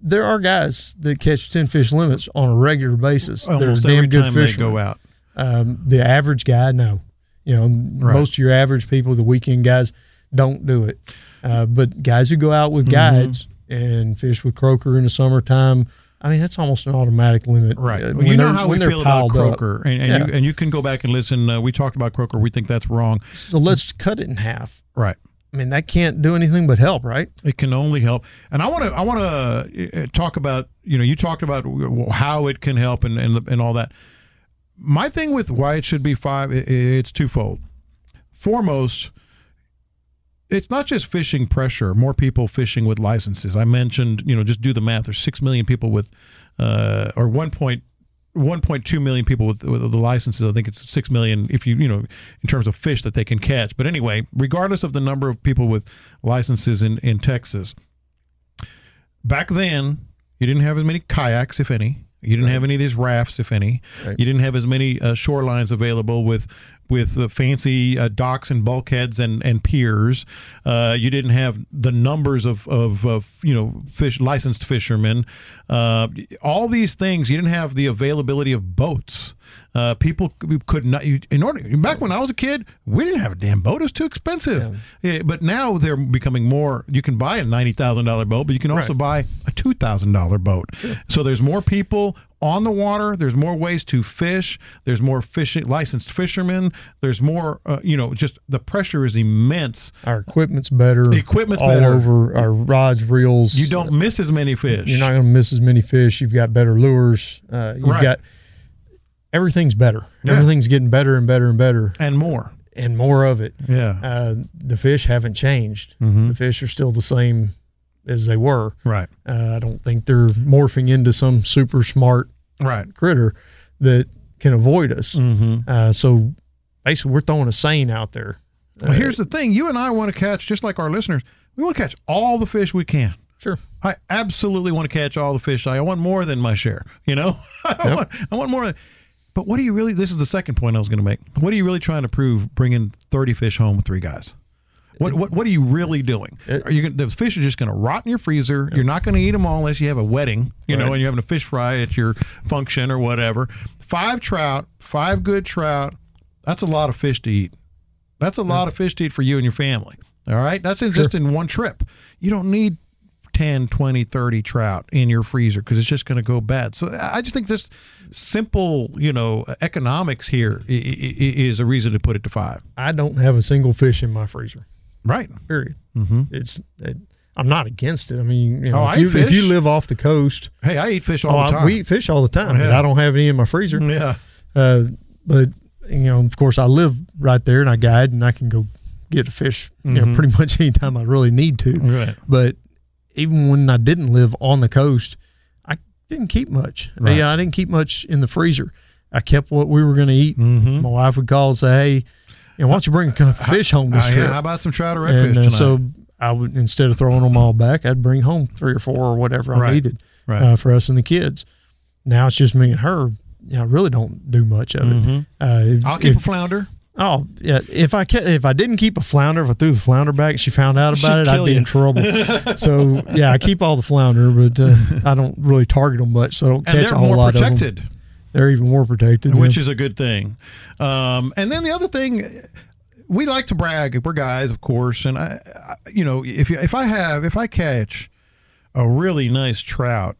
There are guys that catch ten fish limits on a regular basis. Almost They're every damn good time they fishermen. go out. Um, the average guy, no. You know, most of your average people, the weekend guys, don't do it. Uh, but guys who go out Mm-hmm. with guides and fish with croaker in the summertime, I mean, that's almost an automatic limit. Right. Uh, Well, when you know they're- how when we they're feel about piled up. Croker, and, and, you, Yeah. and you can go back and listen. Uh, we talked about Croker. We think that's wrong. So let's cut it in half. Right. I mean, that can't do anything but help, right? It can only help. And I want to I want to uh, talk about you know you talked about how it can help and and, and all that. My thing with why it should be five, i- i it's twofold. Foremost, it's not just fishing pressure. More people fishing with licenses. I mentioned you know just do the math. There's six million people with, uh, or one point. 1.2 million people with, with the licenses. I think it's 6 million if you, you know, in terms of fish that they can catch. But anyway, regardless of the number of people with licenses in, in Texas, back then you didn't have as many kayaks, if any. You didn't have any of these rafts, if any. You didn't have as many uh, shorelines available with with uh, fancy uh, docks and bulkheads and and piers. Uh, you didn't have the numbers of of, of you know fish licensed fishermen. Uh, all these things you didn't have the availability of boats. Uh, people c- could not. You, in order back when I was a kid, we didn't have a damn boat. It was too expensive. Yeah, but now they're becoming more. You can buy a ninety thousand dollar boat, but you can also buy a two thousand dollar boat. So there's more people on the water. There's more ways to fish. There's more fishing licensed fishermen. There's more. Uh, you know, just the pressure is immense. Our equipment's better. The equipment's all better. over. Our rods, reels. You don't miss as many fish. You're not going to miss as many fish. You've got better lures. Uh, you've Right. got everything's better. Everything's getting better and better and better, and more. and more of it. Yeah. Mm-hmm. Uh, the fish haven't changed. The fish are still the same as they were. right. Uh, I don't think they're morphing into some super smart Right. critter that can avoid us. Mm-hmm. Uh, so basically, we're throwing a seine out there. Uh, Well, here's the thing: you and I want to catch, just like our listeners, we want to catch all the fish we can. Sure. I absolutely want to catch all the fish. I want more than my share. You know, [laughs] I, want, I want more. Than, but what are you really? This is the second point I was going to make. What are you really trying to prove? Bringing thirty fish home with three guys. What what what are you really doing? Are you gonna, the fish are just going to rot in your freezer? You're not going to eat them all unless you have a wedding, you know, and you're having a fish fry at your function or whatever. Five trout, five good trout. That's a lot of fish to eat. That's a lot of fish to eat for you and your family. All right. That's in, just in one trip. You don't need 10, 20, 30 trout in your freezer because it's just going to go bad. So I I just think this simple, you know, economics here i- i- i- is a reason to put it to five. I don't have a single fish in my freezer. Right. Period. It's. It, I'm not against it. I mean, you Mm-hmm. know, Oh, I if, you, eat if you fish. live off the coast, Hey, I eat fish all oh, the I, time. we eat fish all the time. But Yeah. I don't have any in my freezer. yeah. Uh, but you know, of course, I live right there, and I guide, and I can go get a fish. You know, pretty much [laughs] anytime I really need to. Mm-hmm. Right. But even when I didn't live on the coast, I didn't keep much. Right. Yeah, I didn't keep much in the freezer. I kept what we were going to eat. Mm-hmm. My wife would call and say, "Hey, you know, why don't you bring a fish home this Uh, yeah, trip?" how about some trout or redfish and uh, tonight? so I would instead of throwing them all back, I'd bring home three or four or whatever I Right, needed right. uh, for us and the kids. Now it's just me and her. I really don't do much of it. Uh, if- Mm-hmm. I'll keep if- a flounder. Oh yeah, if I ca- if I didn't keep a flounder, if I threw the flounder back, and she found out She'd about it, I'd kill be you. in trouble. [laughs] so yeah, I keep all the flounder, but uh, I don't really target them much, so I don't And catch a they're whole more lot of protected. them. They're even more protected, which yeah. is a good thing. Um, and then the other thing, we like to brag. We're guys, of course, and I, I you know, if you, if I have if I catch a really nice trout,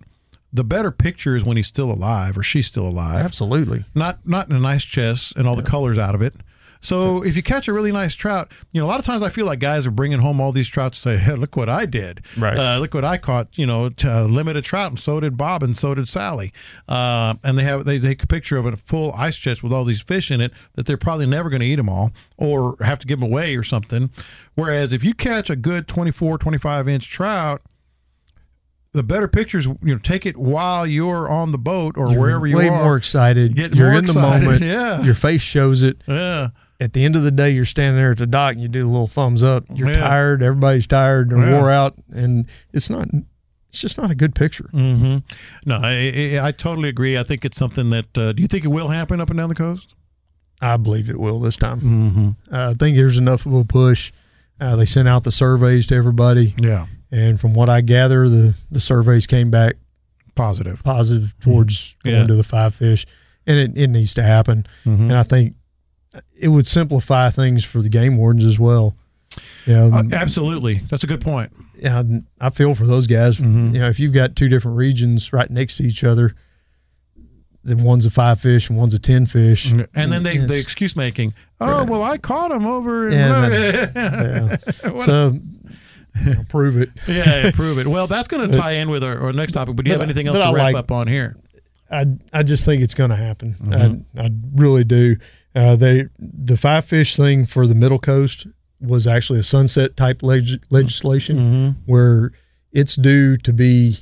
the better picture is when he's still alive or she's still alive. absolutely Not not in a nice chest and all the colors out of it. So if you catch a really nice trout, you know a lot of times I feel like guys are bringing home all these trout to say, "Hey, look what I did! Right. Uh, look what I caught! You know, to limited trout, and so did Bob, and so did Sally." Uh, and they have they take a picture of a full ice chest with all these fish in it that they're probably never going to eat them all, or have to give them away or something. Whereas if you catch a good 24, 25 inch trout, the better pictures, you know, take it while you're on the boat or wherever you way are. more excited. Get you're more in the excited, [laughs] moment. yeah. your face shows it. yeah. At the end of the day, you're standing there at the dock and you do the little thumbs up. You're Yeah. tired. Everybody's tired. They're Yeah. wore out, and it's not. It's just not a good picture. hmm No, I, I I totally agree. I think it's something that. Uh, do you think it will happen up and down the coast? I believe it will this time. Mm-hmm. Uh, I think there's enough of a push. Uh, they sent out the surveys to everybody, Yeah, and from what I gather, the the surveys came back positive. positive towards Mm. Yeah. Mm-hmm. going to the five fish, and it, it needs to happen. And I think it would simplify things for the game wardens as well. Yeah, Uh, absolutely, that's a good point. yeah, I feel for those guys. Mm-hmm. You know, if you've got two different regions right next to each other, the one's a five fish and one's a ten fish, And then they, Yes. they excuse making. Oh well, I caught him over. in- Yeah, yeah. so [laughs] you know, prove it. [laughs] yeah, prove it. Well, that's going to tie in with our, our next topic. But do you But have I- anything else to but I wrap like- up on here? I I just think it's going to happen. Mm-hmm. I I really do. Uh, they the five fish thing for the middle coast was actually a sunset type leg- legislation Mm-hmm. where it's due to be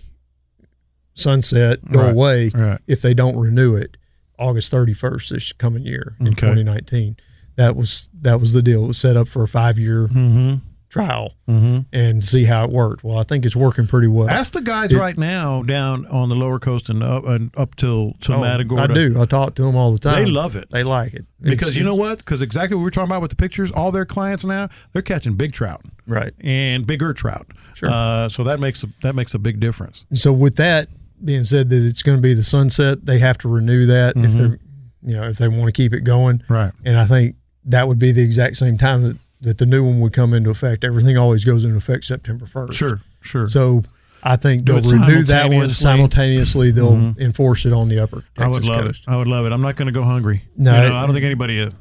sunset go Right, away right. if they don't renew it August 31st this coming year in Okay. 2019. That was that was the deal. It was set up for a five year Mm-hmm. trial and see how it worked. Well, I think it's working pretty well. Ask the guys right now down on the lower coast and up and up till to Oh, Matagorda. I do. I talk to them all the time. They love it. They like it because It's- you know what? Because exactly what we were talking about with the pictures, all their clients now they're catching big trout right. and bigger trout. Sure. Uh, so that makes a that makes a big difference. And so with that being said, that it's going to be the sunset, they have to renew that if they're, you know, if they want to keep it going. Right. And I think that would be the exact same time that that the new one would come into effect. Everything always goes into effect September first. Sure, sure. So. I think Do they'll it renew that one simultaneously. simultaneously. Mm-hmm. They'll enforce it on the upper Texas I would love coast. it. I would love it. I'm not going to go hungry. No, You know, it- I don't think anybody is.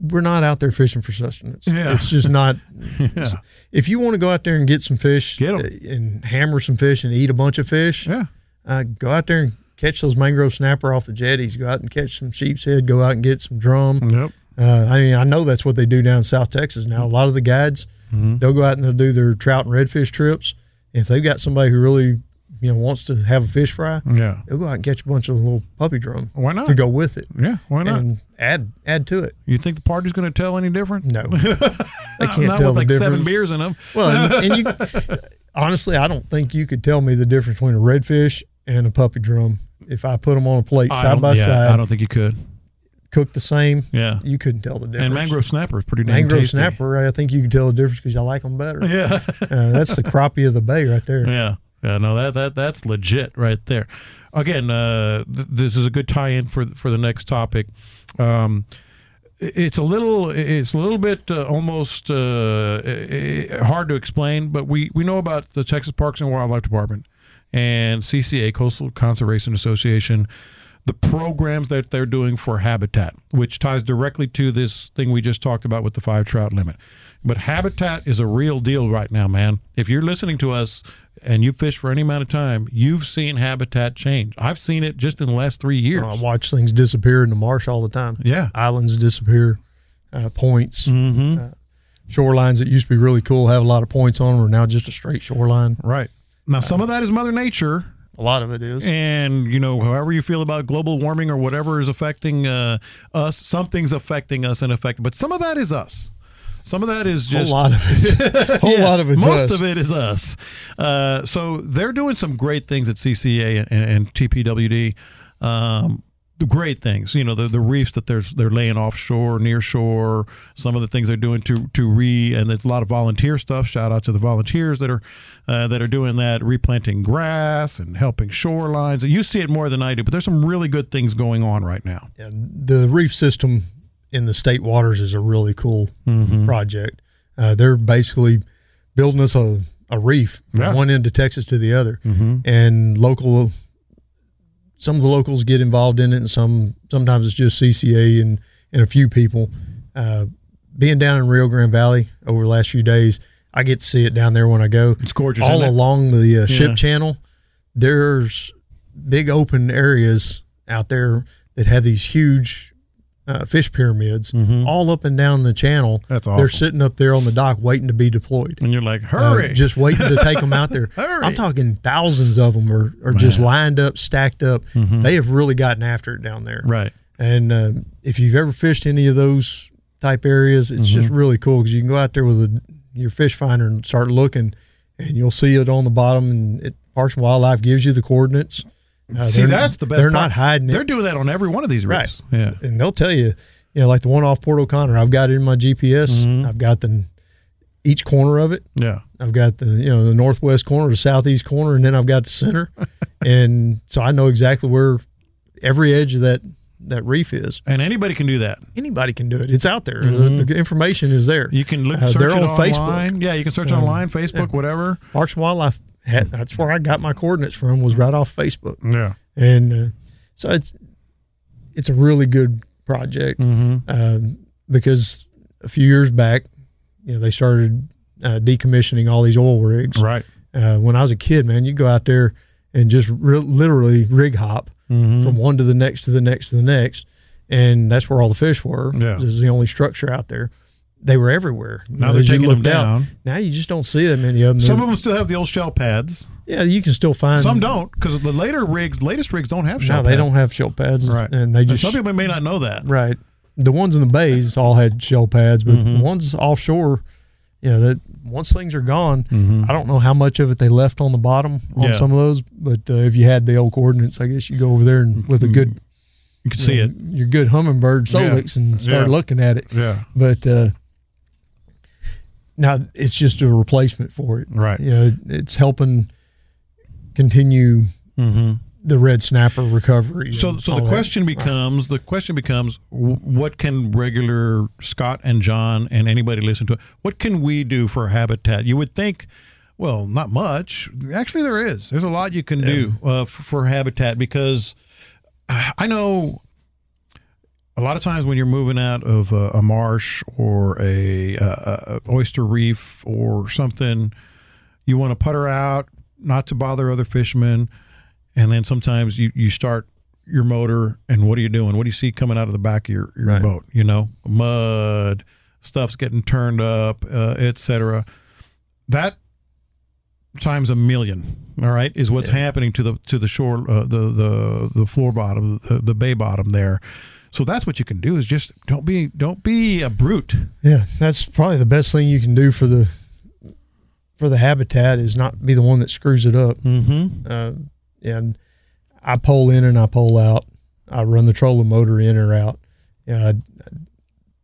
we're not out there fishing for sustenance. Yeah. It's [laughs] just not. it's- If you want to go out there and get some fish, Get 'em. uh, and hammer some fish and eat a bunch of fish, Yeah, uh, go out there and catch those mangrove snapper off the jetties. Go out and catch some sheep's head. Go out and get some drum. Yep. Uh, I mean, I know that's what they do down in South Texas now. A lot of the guides, Mm-hmm. they'll go out and they'll do their trout and redfish trips. If they've got somebody who really, you know, wants to have a fish fry, yeah. they'll go out and catch a bunch of little puppy drum. Why not? To go with it. Yeah, why not? And add add to it. you think the party's going to tell any different? [laughs] No, they can't not with tell the like difference. seven beers in them. Well, and, and you [laughs] honestly, I don't think you could tell me the difference between a redfish and a puppy drum if I put them on a plate I side don't- by yeah, I side, don't think you could. cooked the same. Yeah. you couldn't tell the difference. And mangrove snapper is pretty damn Mangrove tasty. snapper, I think you can tell the difference because I like them better. Yeah, Uh, that's the crappie of the bay right there. yeah, yeah. No, that that that's legit right there. Again, uh, th- this is a good tie-in for for the next topic. Um, it's a little it's a little bit uh, almost uh, eh, eh, hard to explain but we we know about the texas parks and wildlife department and cca coastal conservation association the programs that they're doing for habitat which ties directly to this thing we just talked about with the five trout limit but habitat is a real deal right now man if you're listening to us and you fish for any amount of time you've seen habitat change i've seen it just in the last three years I watch things disappear in the marsh all the time. Yeah. Mm-hmm. Islands disappear, uh, points, uh, shorelines that used to be really cool, have a lot of points on them, are now just a straight shoreline. right now some of that is mother nature A lot of it is. and you know however you feel about global warming or whatever is affecting uh, us something's affecting us and affecting but some of that is us Some of that is A just lot of [laughs] it. [laughs] whole Yeah, lot of it's most us. of it is us. Uh, so they're doing some great things at CCA and, and TPWD. Um, the great things, you know, the, the reefs that they're they're laying offshore, near shore. Some of the things they're doing to to re and there's a lot of volunteer stuff. Shout out to the volunteers that are uh, that are doing that, replanting grass and helping shorelines. You see it more than I do, but there's some really good things going on right now. Yeah, the reef system in the state waters is a really cool Mm-hmm. project. Uh, they're basically building us a, a reef from Yeah. Mm-hmm. one end of Texas to the other, and local. Some of the locals get involved in it, and some sometimes it's just CCA and and a few people. Uh, being down in Rio Grande Valley over the last few days, I get to see it down there when I go. It's gorgeous, All isn't it? along the uh, Yeah. ship channel, there's big open areas out there that have these huge uh, fish pyramids all up and down the channel. Mm-hmm. That's They're awesome. sitting up there on the dock waiting to be deployed. And you're like, Uh, hurry, just waiting to take them out there. [laughs] Hurry. I'm talking thousands of them are, are just lined up, stacked up. Mm-hmm. They have really gotten after it down there. right? And um, if you've ever fished any of those type areas, it's Mm-hmm. just really cool because you can go out there with a, your fish finder and start looking, and you'll see it on the bottom. And it, Parks and Wildlife gives you the coordinates. Uh, See, they're- that's the best. They're part. not hiding it, They're doing that on every one of these reefs. Yeah. and they'll tell you. You know, like the one off Port O'Connor, I've got it in my GPS. Mm-hmm. I've got the each corner of it. Yeah. I've got the you know the northwest corner, the southeast corner, and then I've got [laughs] the center, and so I know exactly where every edge of that that reef is And anybody can do that. anybody can do it. It's out there. The, the information is there. Mm-hmm. You can look. Uh, search they're it on online. Facebook. Yeah, you can search online, Facebook, whatever. Parks and Wildlife. Had, that's where I got my coordinates from. Was right off Facebook, Yeah. and uh, so it's it's a really good project Mm-hmm. um, because a few years back, you know, they started uh, decommissioning all these oil rigs. Right. Uh, when I was a kid, man, you go out there and just re- literally rig hop Mm-hmm. from one to the next to the next to the next, and that's where all the fish were. Yeah. This is the only structure out there. They were everywhere. Now You know, they're as you taking them looked out, down. now you just don't see that many of them. Some They're- of them still have the old shell pads. yeah, you can still find Some don't because the later rigs, latest rigs, don't have shell. No, they pads. don't have shell pads, Right. And they just some people may not know that. right. The ones in the bays all had shell pads, but Mm-hmm. the ones offshore, you know, that once things are gone, I don't know how much of it they left on the bottom on Mm-hmm. Yeah. some of those. But uh, if you had the old coordinates, I guess you go over there and with a good You can see it. your good hummingbird Solix and start Yeah. looking at it. Yeah. But uh, now it's just a replacement for it. Right. You know, it- it's helping continue the red snapper recovery. Mm-hmm. So, and so all the that. question becomes: the question becomes, w- what can regular Scott and John and anybody listen to? What can we do for habitat? You would think, well, not much. Actually, there is. There's a lot you can do uh, for, for habitat because uh, I I know a lot of times when you're moving out of a, a marsh or a, uh a oyster reef or something, you want to putter out, not to bother other fishermen, and then sometimes you you start your motor, and what are you doing? What do you see coming out of the back of your, your boat? You know, mud, stuff's getting turned up, uh, etc. That times a million. All right, is what's happening to the to the shore, uh, the the the floor bottom, the, the bay bottom there. So that's what you can do is just don't be don't be a brute. Yeah, that's probably the best thing you can do for the for the habitat is not be the one that screws it up. Mm-hmm. Uh, and I pull in and I pull out. I run the trolling motor in or out. Yeah, I,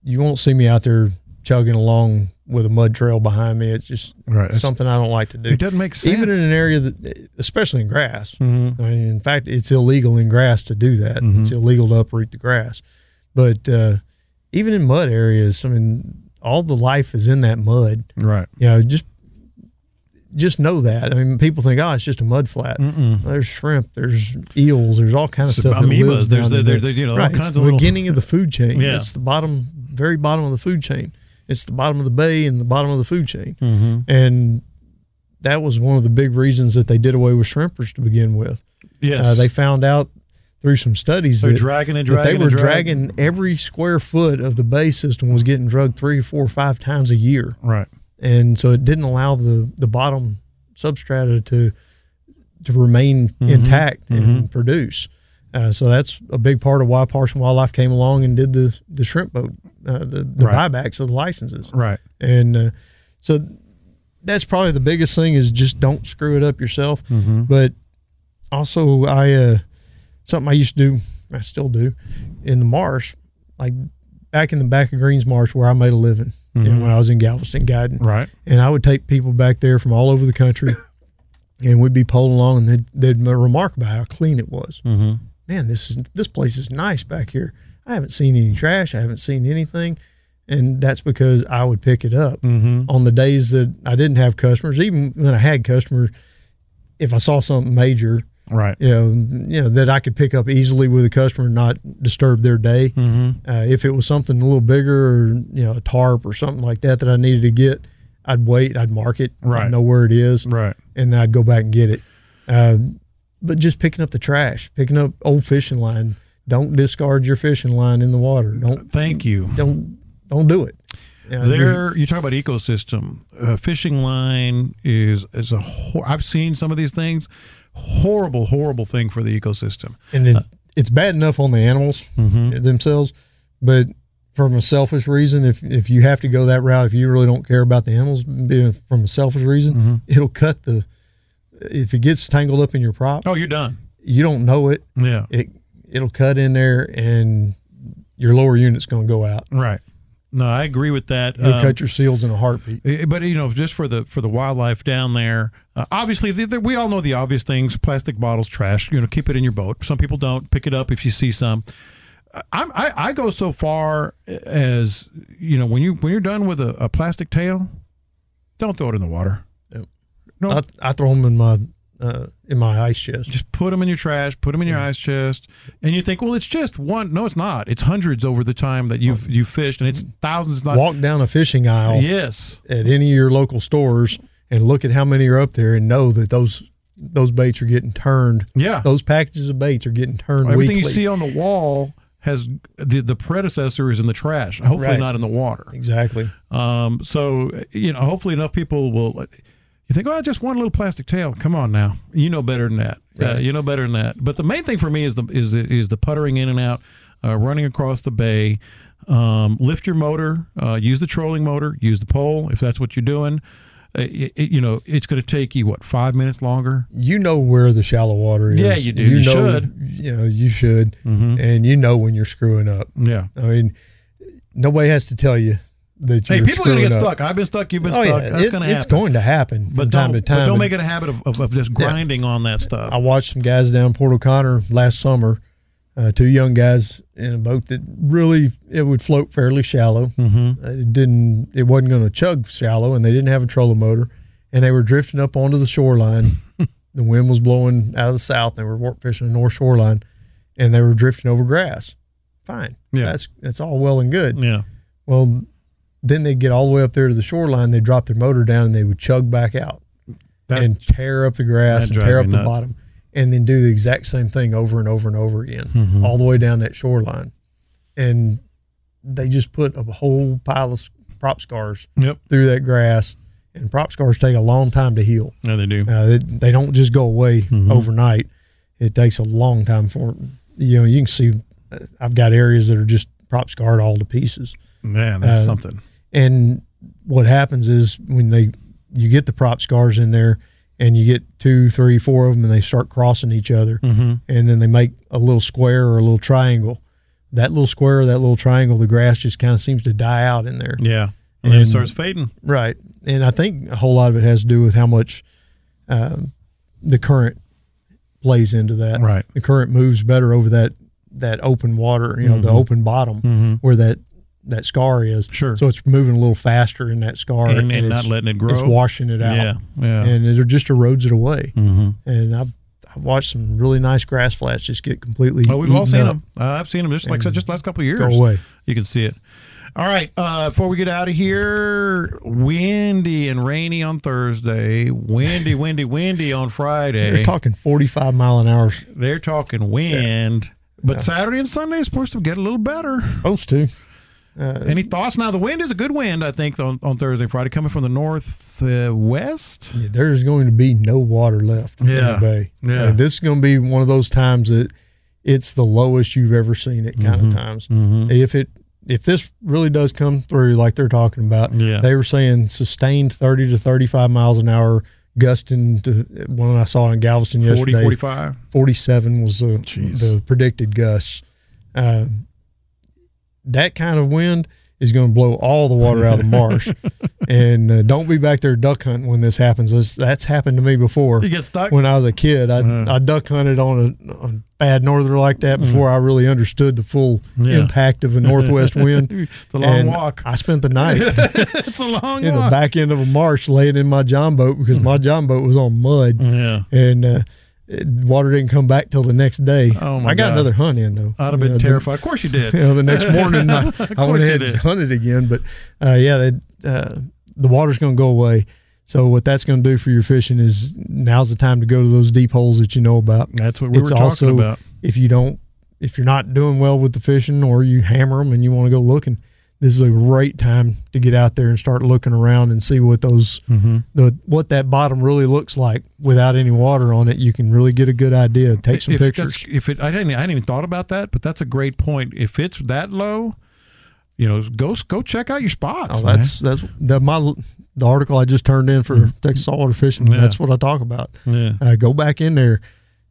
you won't see me out there chugging along with a mud trail behind me. It's just Right. It's- something I don't like to do. It doesn't make sense. Mm-hmm. Even in an area that, especially in grass. I mean, in fact, it's illegal in grass to do that. It's illegal to uproot the grass. But uh, even in mud areas, I mean, all the life is in that mud. right. You know, just just know that. I mean, people think, oh, it's just a mud flat. There's shrimp, there's eels, there's all kind of It's stuff. that amoebas. lives There's down the- in there- there. there- you know, all right. kinds it's of the little- beginning of the food chain. Yeah. It's the bottom, very bottom of the food chain. It's the bottom of the bay and the bottom of the food chain. Mm-hmm. And that was one of the big reasons that they did away with shrimpers to begin with. Yes. Uh, they found out through some studies They're that, dragging and that dragging and they were dragging. dragging every square foot of the bay system was getting drugged three, four, five times a year right. and so it didn't allow the the bottom Mm-hmm. substrata to to remain intact and produce. Uh, so that's a big part of why Parson Wildlife came along and did the the shrimp boat, uh, the, the Right. buybacks of the licenses, Right. and uh, so that's probably the biggest thing is just don't screw it up yourself. But also, I uh, something I used to do, I still do, in the marsh, like back in the back of Greens Marsh where I made a living, you know, when I was in Galveston guiding, Right. and I would take people back there from all over the country, and we'd be polling along, and they'd, they'd ma- remark about how clean it was. Mm-hmm. Man, this is this place is nice back here. I haven't seen any trash. I haven't seen anything, and that's because I would pick it up on the days that I didn't have customers. Even when I had customers, if I saw something major, Right. you know, you know that I could pick up easily with a customer and not disturb their day. Mm-hmm. Uh, if it was something a little bigger, or, you know, a tarp or something like that that I needed to get, I'd wait, I'd mark it, I'd Right. know where it is, Right. and then I'd go back and get it. Um, but just picking up the trash, picking up old fishing line. Don't discard your fishing line in the water. Don't Thank you. don't don't do it. You know, There, you talk about ecosystem. Uh, fishing line is is a. Hor- I've seen some of these things. Horrible, horrible thing for the ecosystem. and it, it's bad enough on the animals Mm-hmm. themselves, but from a selfish reason, if if you have to go that route, if you really don't care about the animals, be- from a selfish reason, Mm-hmm. it'll cut the. If it gets tangled up in your prop, Oh, you're done. you don't know it. Yeah. It it'll cut in there, and your lower unit's going to go out. Right. No, I agree with that. It'll Um, cut your seals in a heartbeat. Eh, but you know just for the for the wildlife down there uh, obviously the, the, we all know the obvious things plastic bottles trash you know keep it in your boat some people don't pick it up if you see some Uh, I'm, I, I go so far eh, as you know when you when you're done with a, a plastic tail don't throw it in the water no. I, I throw them in my uh, in my ice chest. just put them in your trash put them in your ice chest and you think well it's just one no it's not it's hundreds over the time that you've you fished and it's thousands not Walk down a fishing aisle. yes at any of your local stores and look at how many are up there and know that those those baits are getting turned. Yeah. Those packages of baits are getting turned Everything weekly. you see on the wall has the, the predecessor is in the trash, hopefully Right. not in the water. exactly. Um, so you know, hopefully enough people will. You think, well, I just want a little plastic tail. Come on now, you know better than that. Uh, you know better than that. But the main thing for me is the is the, is the puttering in and out, uh, running across the bay. Um, lift your motor. Uh, use the trolling motor. Use the pole if that's what you're doing. Uh, it- it- you know, it's going to take you what five minutes longer. You know where the shallow water is. Yeah, you do. You know, should. Mm-hmm. You know, you should. And you know when you're screwing up. Yeah. I mean, nobody has to tell you that you're Hey, people are going to screwing get up. stuck. I've been stuck. You've been Oh, stuck. yeah. That's It- going to happen. it's going to happen but don't, from time to but time. don't And make it a habit of, of, of just grinding on that stuff. I watched some guys down in Port O'Connor last summer, uh, two young guys in a boat that really it would float fairly shallow. Mm-hmm. It didn't. It wasn't going to chug shallow, and they didn't have a trolling motor, and they were drifting up onto [laughs] the shoreline. the wind was blowing out of the south. They were warp fishing the north shoreline, and they were drifting over grass. Fine. Yeah. That's that's all well and good. yeah, Well, then they get all the way up there to the shoreline. They drop their motor down and they would chug back out That- and tear up the grass that and drives tear me up the nuts. bottom, and then do the exact same thing over and over and over again, Mm-hmm. all the way down that shoreline. And they just put a whole pile of s- prop scars yep. through that grass, and prop scars take a long time to heal. No, they do. Uh, they, they don't just go away Mm-hmm. overnight. It takes a long time for you know. You can see, uh, I've got areas that are just prop scarred all to pieces Man, that's uh, something. and what happens is when they you get the prop scars in there and you get two three four of them and they start crossing each other and then they make a little square or a little triangle that little square or that little triangle the grass just kind of seems to die out in there Yeah, and, then it and- starts fading. right and i think a whole lot of it has to do with how much um, the current plays into that Right. the current moves better over that that open water you know the open bottom where that that scar is Mm-hmm. Sure. so it's moving a little faster in that scar And- and it's- not letting it grow. it's washing it out Yeah, yeah. and it just erodes it away mm-hmm. and i've I've watched some really nice grass flats just get completely. Oh, we've all eaten seen up. them. Uh, I've seen them just like I said, just last couple of years. Go away. You can see it. All right. Uh, before we get out of here, windy and rainy on Thursday. [laughs] Windy, windy, windy on Friday. They're talking forty-five mile an hour. They're talking wind. But Saturday and Sunday is supposed to get a little better. Supposed to. Uh, Any thoughts? Now the wind is a good wind, I think, on, on Thursday, and Friday, coming from the northwest. Uh, west. Yeah, there's going to be no water left in Yeah. the bay. Yeah. Uh, this is going to be one of those times that it's the lowest you've ever seen it Mm-hmm. kind of times. If it if this really does come through like they're talking about, Yeah. they were saying sustained 30 to 35 miles an hour gusting to one I saw in Galveston 40, yesterday. 45. 47 was the, Jeez. the predicted gusts. Uh, that kind of wind is going to blow all the water out of [laughs] the marsh. and uh, don't be back there duck hunting when this happens. That's, that's happened to me before. You get stuck? When I was a kid, I, Yeah. Mm. I duck hunted on a, on a bad norther like that before I really understood the full Yeah. impact of [laughs] a northwest wind. It's a long And walk. I spent the [laughs] night it's a long in the walk. Mm. back end of a marsh laying in my john boat because my john boat was on mud Yeah. and uh, it, water didn't come back till the next day. Oh, my I got God. another hunt in though. I'd have You know, been the- terrified. Of course you did. [laughs] you know, the next [laughs] morning I, I course went you ahead and did. hunted again, but uh, yeah, they, uh, the water's going to go away. So what that's going to do for your fishing is now's the time to go to those deep holes that you know about. That's what we were talking about. If you don't, if you're not doing well with the fishing, or you hammer them and you want to go looking, this is a great time to get out there and start looking around and see what those Mm-hmm. the what that bottom really looks like without any water on it. You can really get a good idea. Take some if pictures. that's- If it, I didn't, I hadn't even thought about that, but that's a great point. If it's that low, you know, go go check out your spots. Oh, man. that's that's that my the article I just turned in for Texas saltwater fishing. Mm-hmm. Yeah. That's what I talk about. Yeah. Uh, go back in there.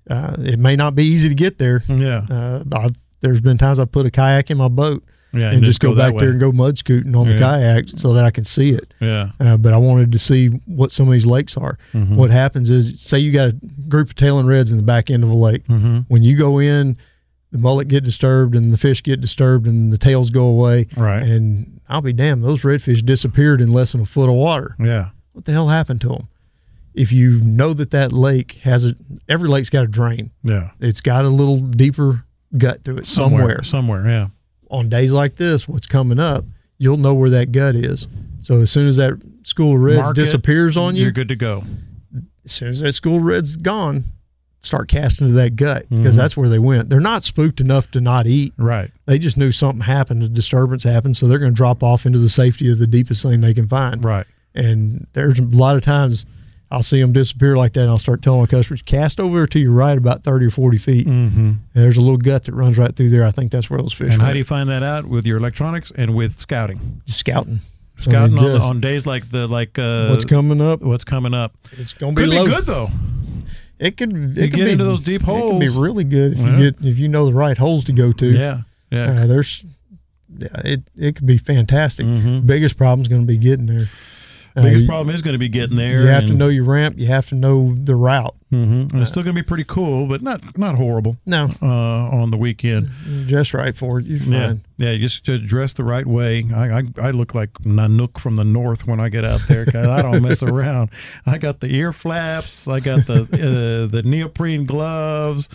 Uh, it may not be easy to get there. yeah, Uh, I've, there's been times I put a kayak in my boat yeah, and, just go, that back there way. and go mud scooting on Yeah. the kayak so that I can see it. Yeah, Uh, but I wanted to see what some of these lakes are. What happens is, say you got a group of tailing reds in the back end of a lake. When you go in, the mullet get disturbed and the fish get disturbed and the tails go away. Right. And I'll be damned, those redfish disappeared in less than a foot of water. yeah, What the hell happened to them? If you know that that lake has a, every lake's got a drain. yeah. It's got a little deeper gut through it somewhere somewhere. Yeah, on days like this, what's coming up, you'll know where that gut is. So as soon as that school of reds Mark it, disappears on you, You're good to go. as soon as that school of reds gone, start casting to that gut because Mm-hmm. that's where they went. They're not spooked enough to not eat. Right. They just knew something happened, a disturbance happened, so they're going to drop off into the safety of the deepest thing they can find. Right. And there's a lot of times I'll see them disappear like that, and I'll start telling my customers, cast over to your right about 30 or 40 feet. Mm-hmm. And there's a little gut that runs right through there. I think that's where those fish And went. how do you find that out with your electronics and with scouting? Just scouting. I mean, Scouting on, just- on days like the like uh, what's coming up. what's coming up. It's gonna be Could be low. good though. It could. It You could get be, into those deep It could be holes. really good if Yeah. you get if you know the right holes to go to. Yeah, yeah. Uh, there's. yeah, It it could be fantastic. Biggest problem's going to be getting there. Uh, Mm-hmm. Biggest you- problem is going to be getting there. You have to uh, and- know your ramp. You have to know the route. Mhm. And it's still going to be pretty cool, but not not horrible No, uh, on the Mm-hmm. weekend. just right for it. You're fine. Yeah, yeah. You just just dress the right way. I, I I look like Nanook from the north when I get out there 'cause I don't mess around. I got the ear flaps. I got the uh, the neoprene gloves.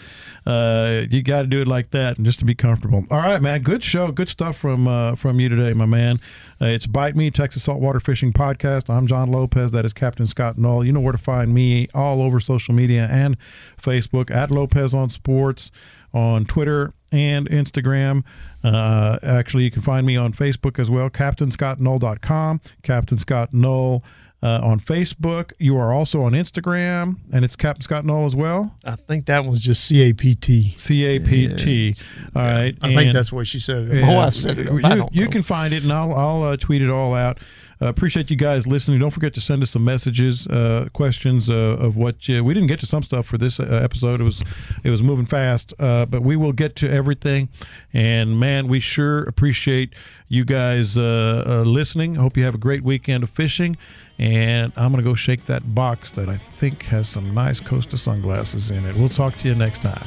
Uh, you got to do it like that, and just to be comfortable. All right, man. Good show. Good stuff from uh, from you today, my man. Uh, it's Bite Me Texas Saltwater Fishing Podcast. I'm John Lopez. That is Captain Scott Null. You know where to find me all over social media and Facebook at Lopez on Sports on Twitter and Instagram. Uh, actually, you can find me on Facebook as well, CaptainScottNull.com, Captain Scott Null uh, on Facebook. You are also on Instagram, and it's Captain Scott Null as well, I think that was just CAPT. C A P T. All right. I think and- that's the way she said it. yeah. My wife said it. You, I don't you know. can find it, and I'll, I'll uh, tweet it all out. Uh, appreciate you guys listening. Don't forget to send us some messages, uh, questions uh, of what you. We didn't get to some stuff for this uh, episode. It was it was moving fast, uh, but we will get to everything. And man, we sure appreciate you guys uh, uh, listening. Hope you have a great weekend of fishing. And I'm gonna go shake that box that I think has some nice Costa sunglasses in it. We'll talk to you next time.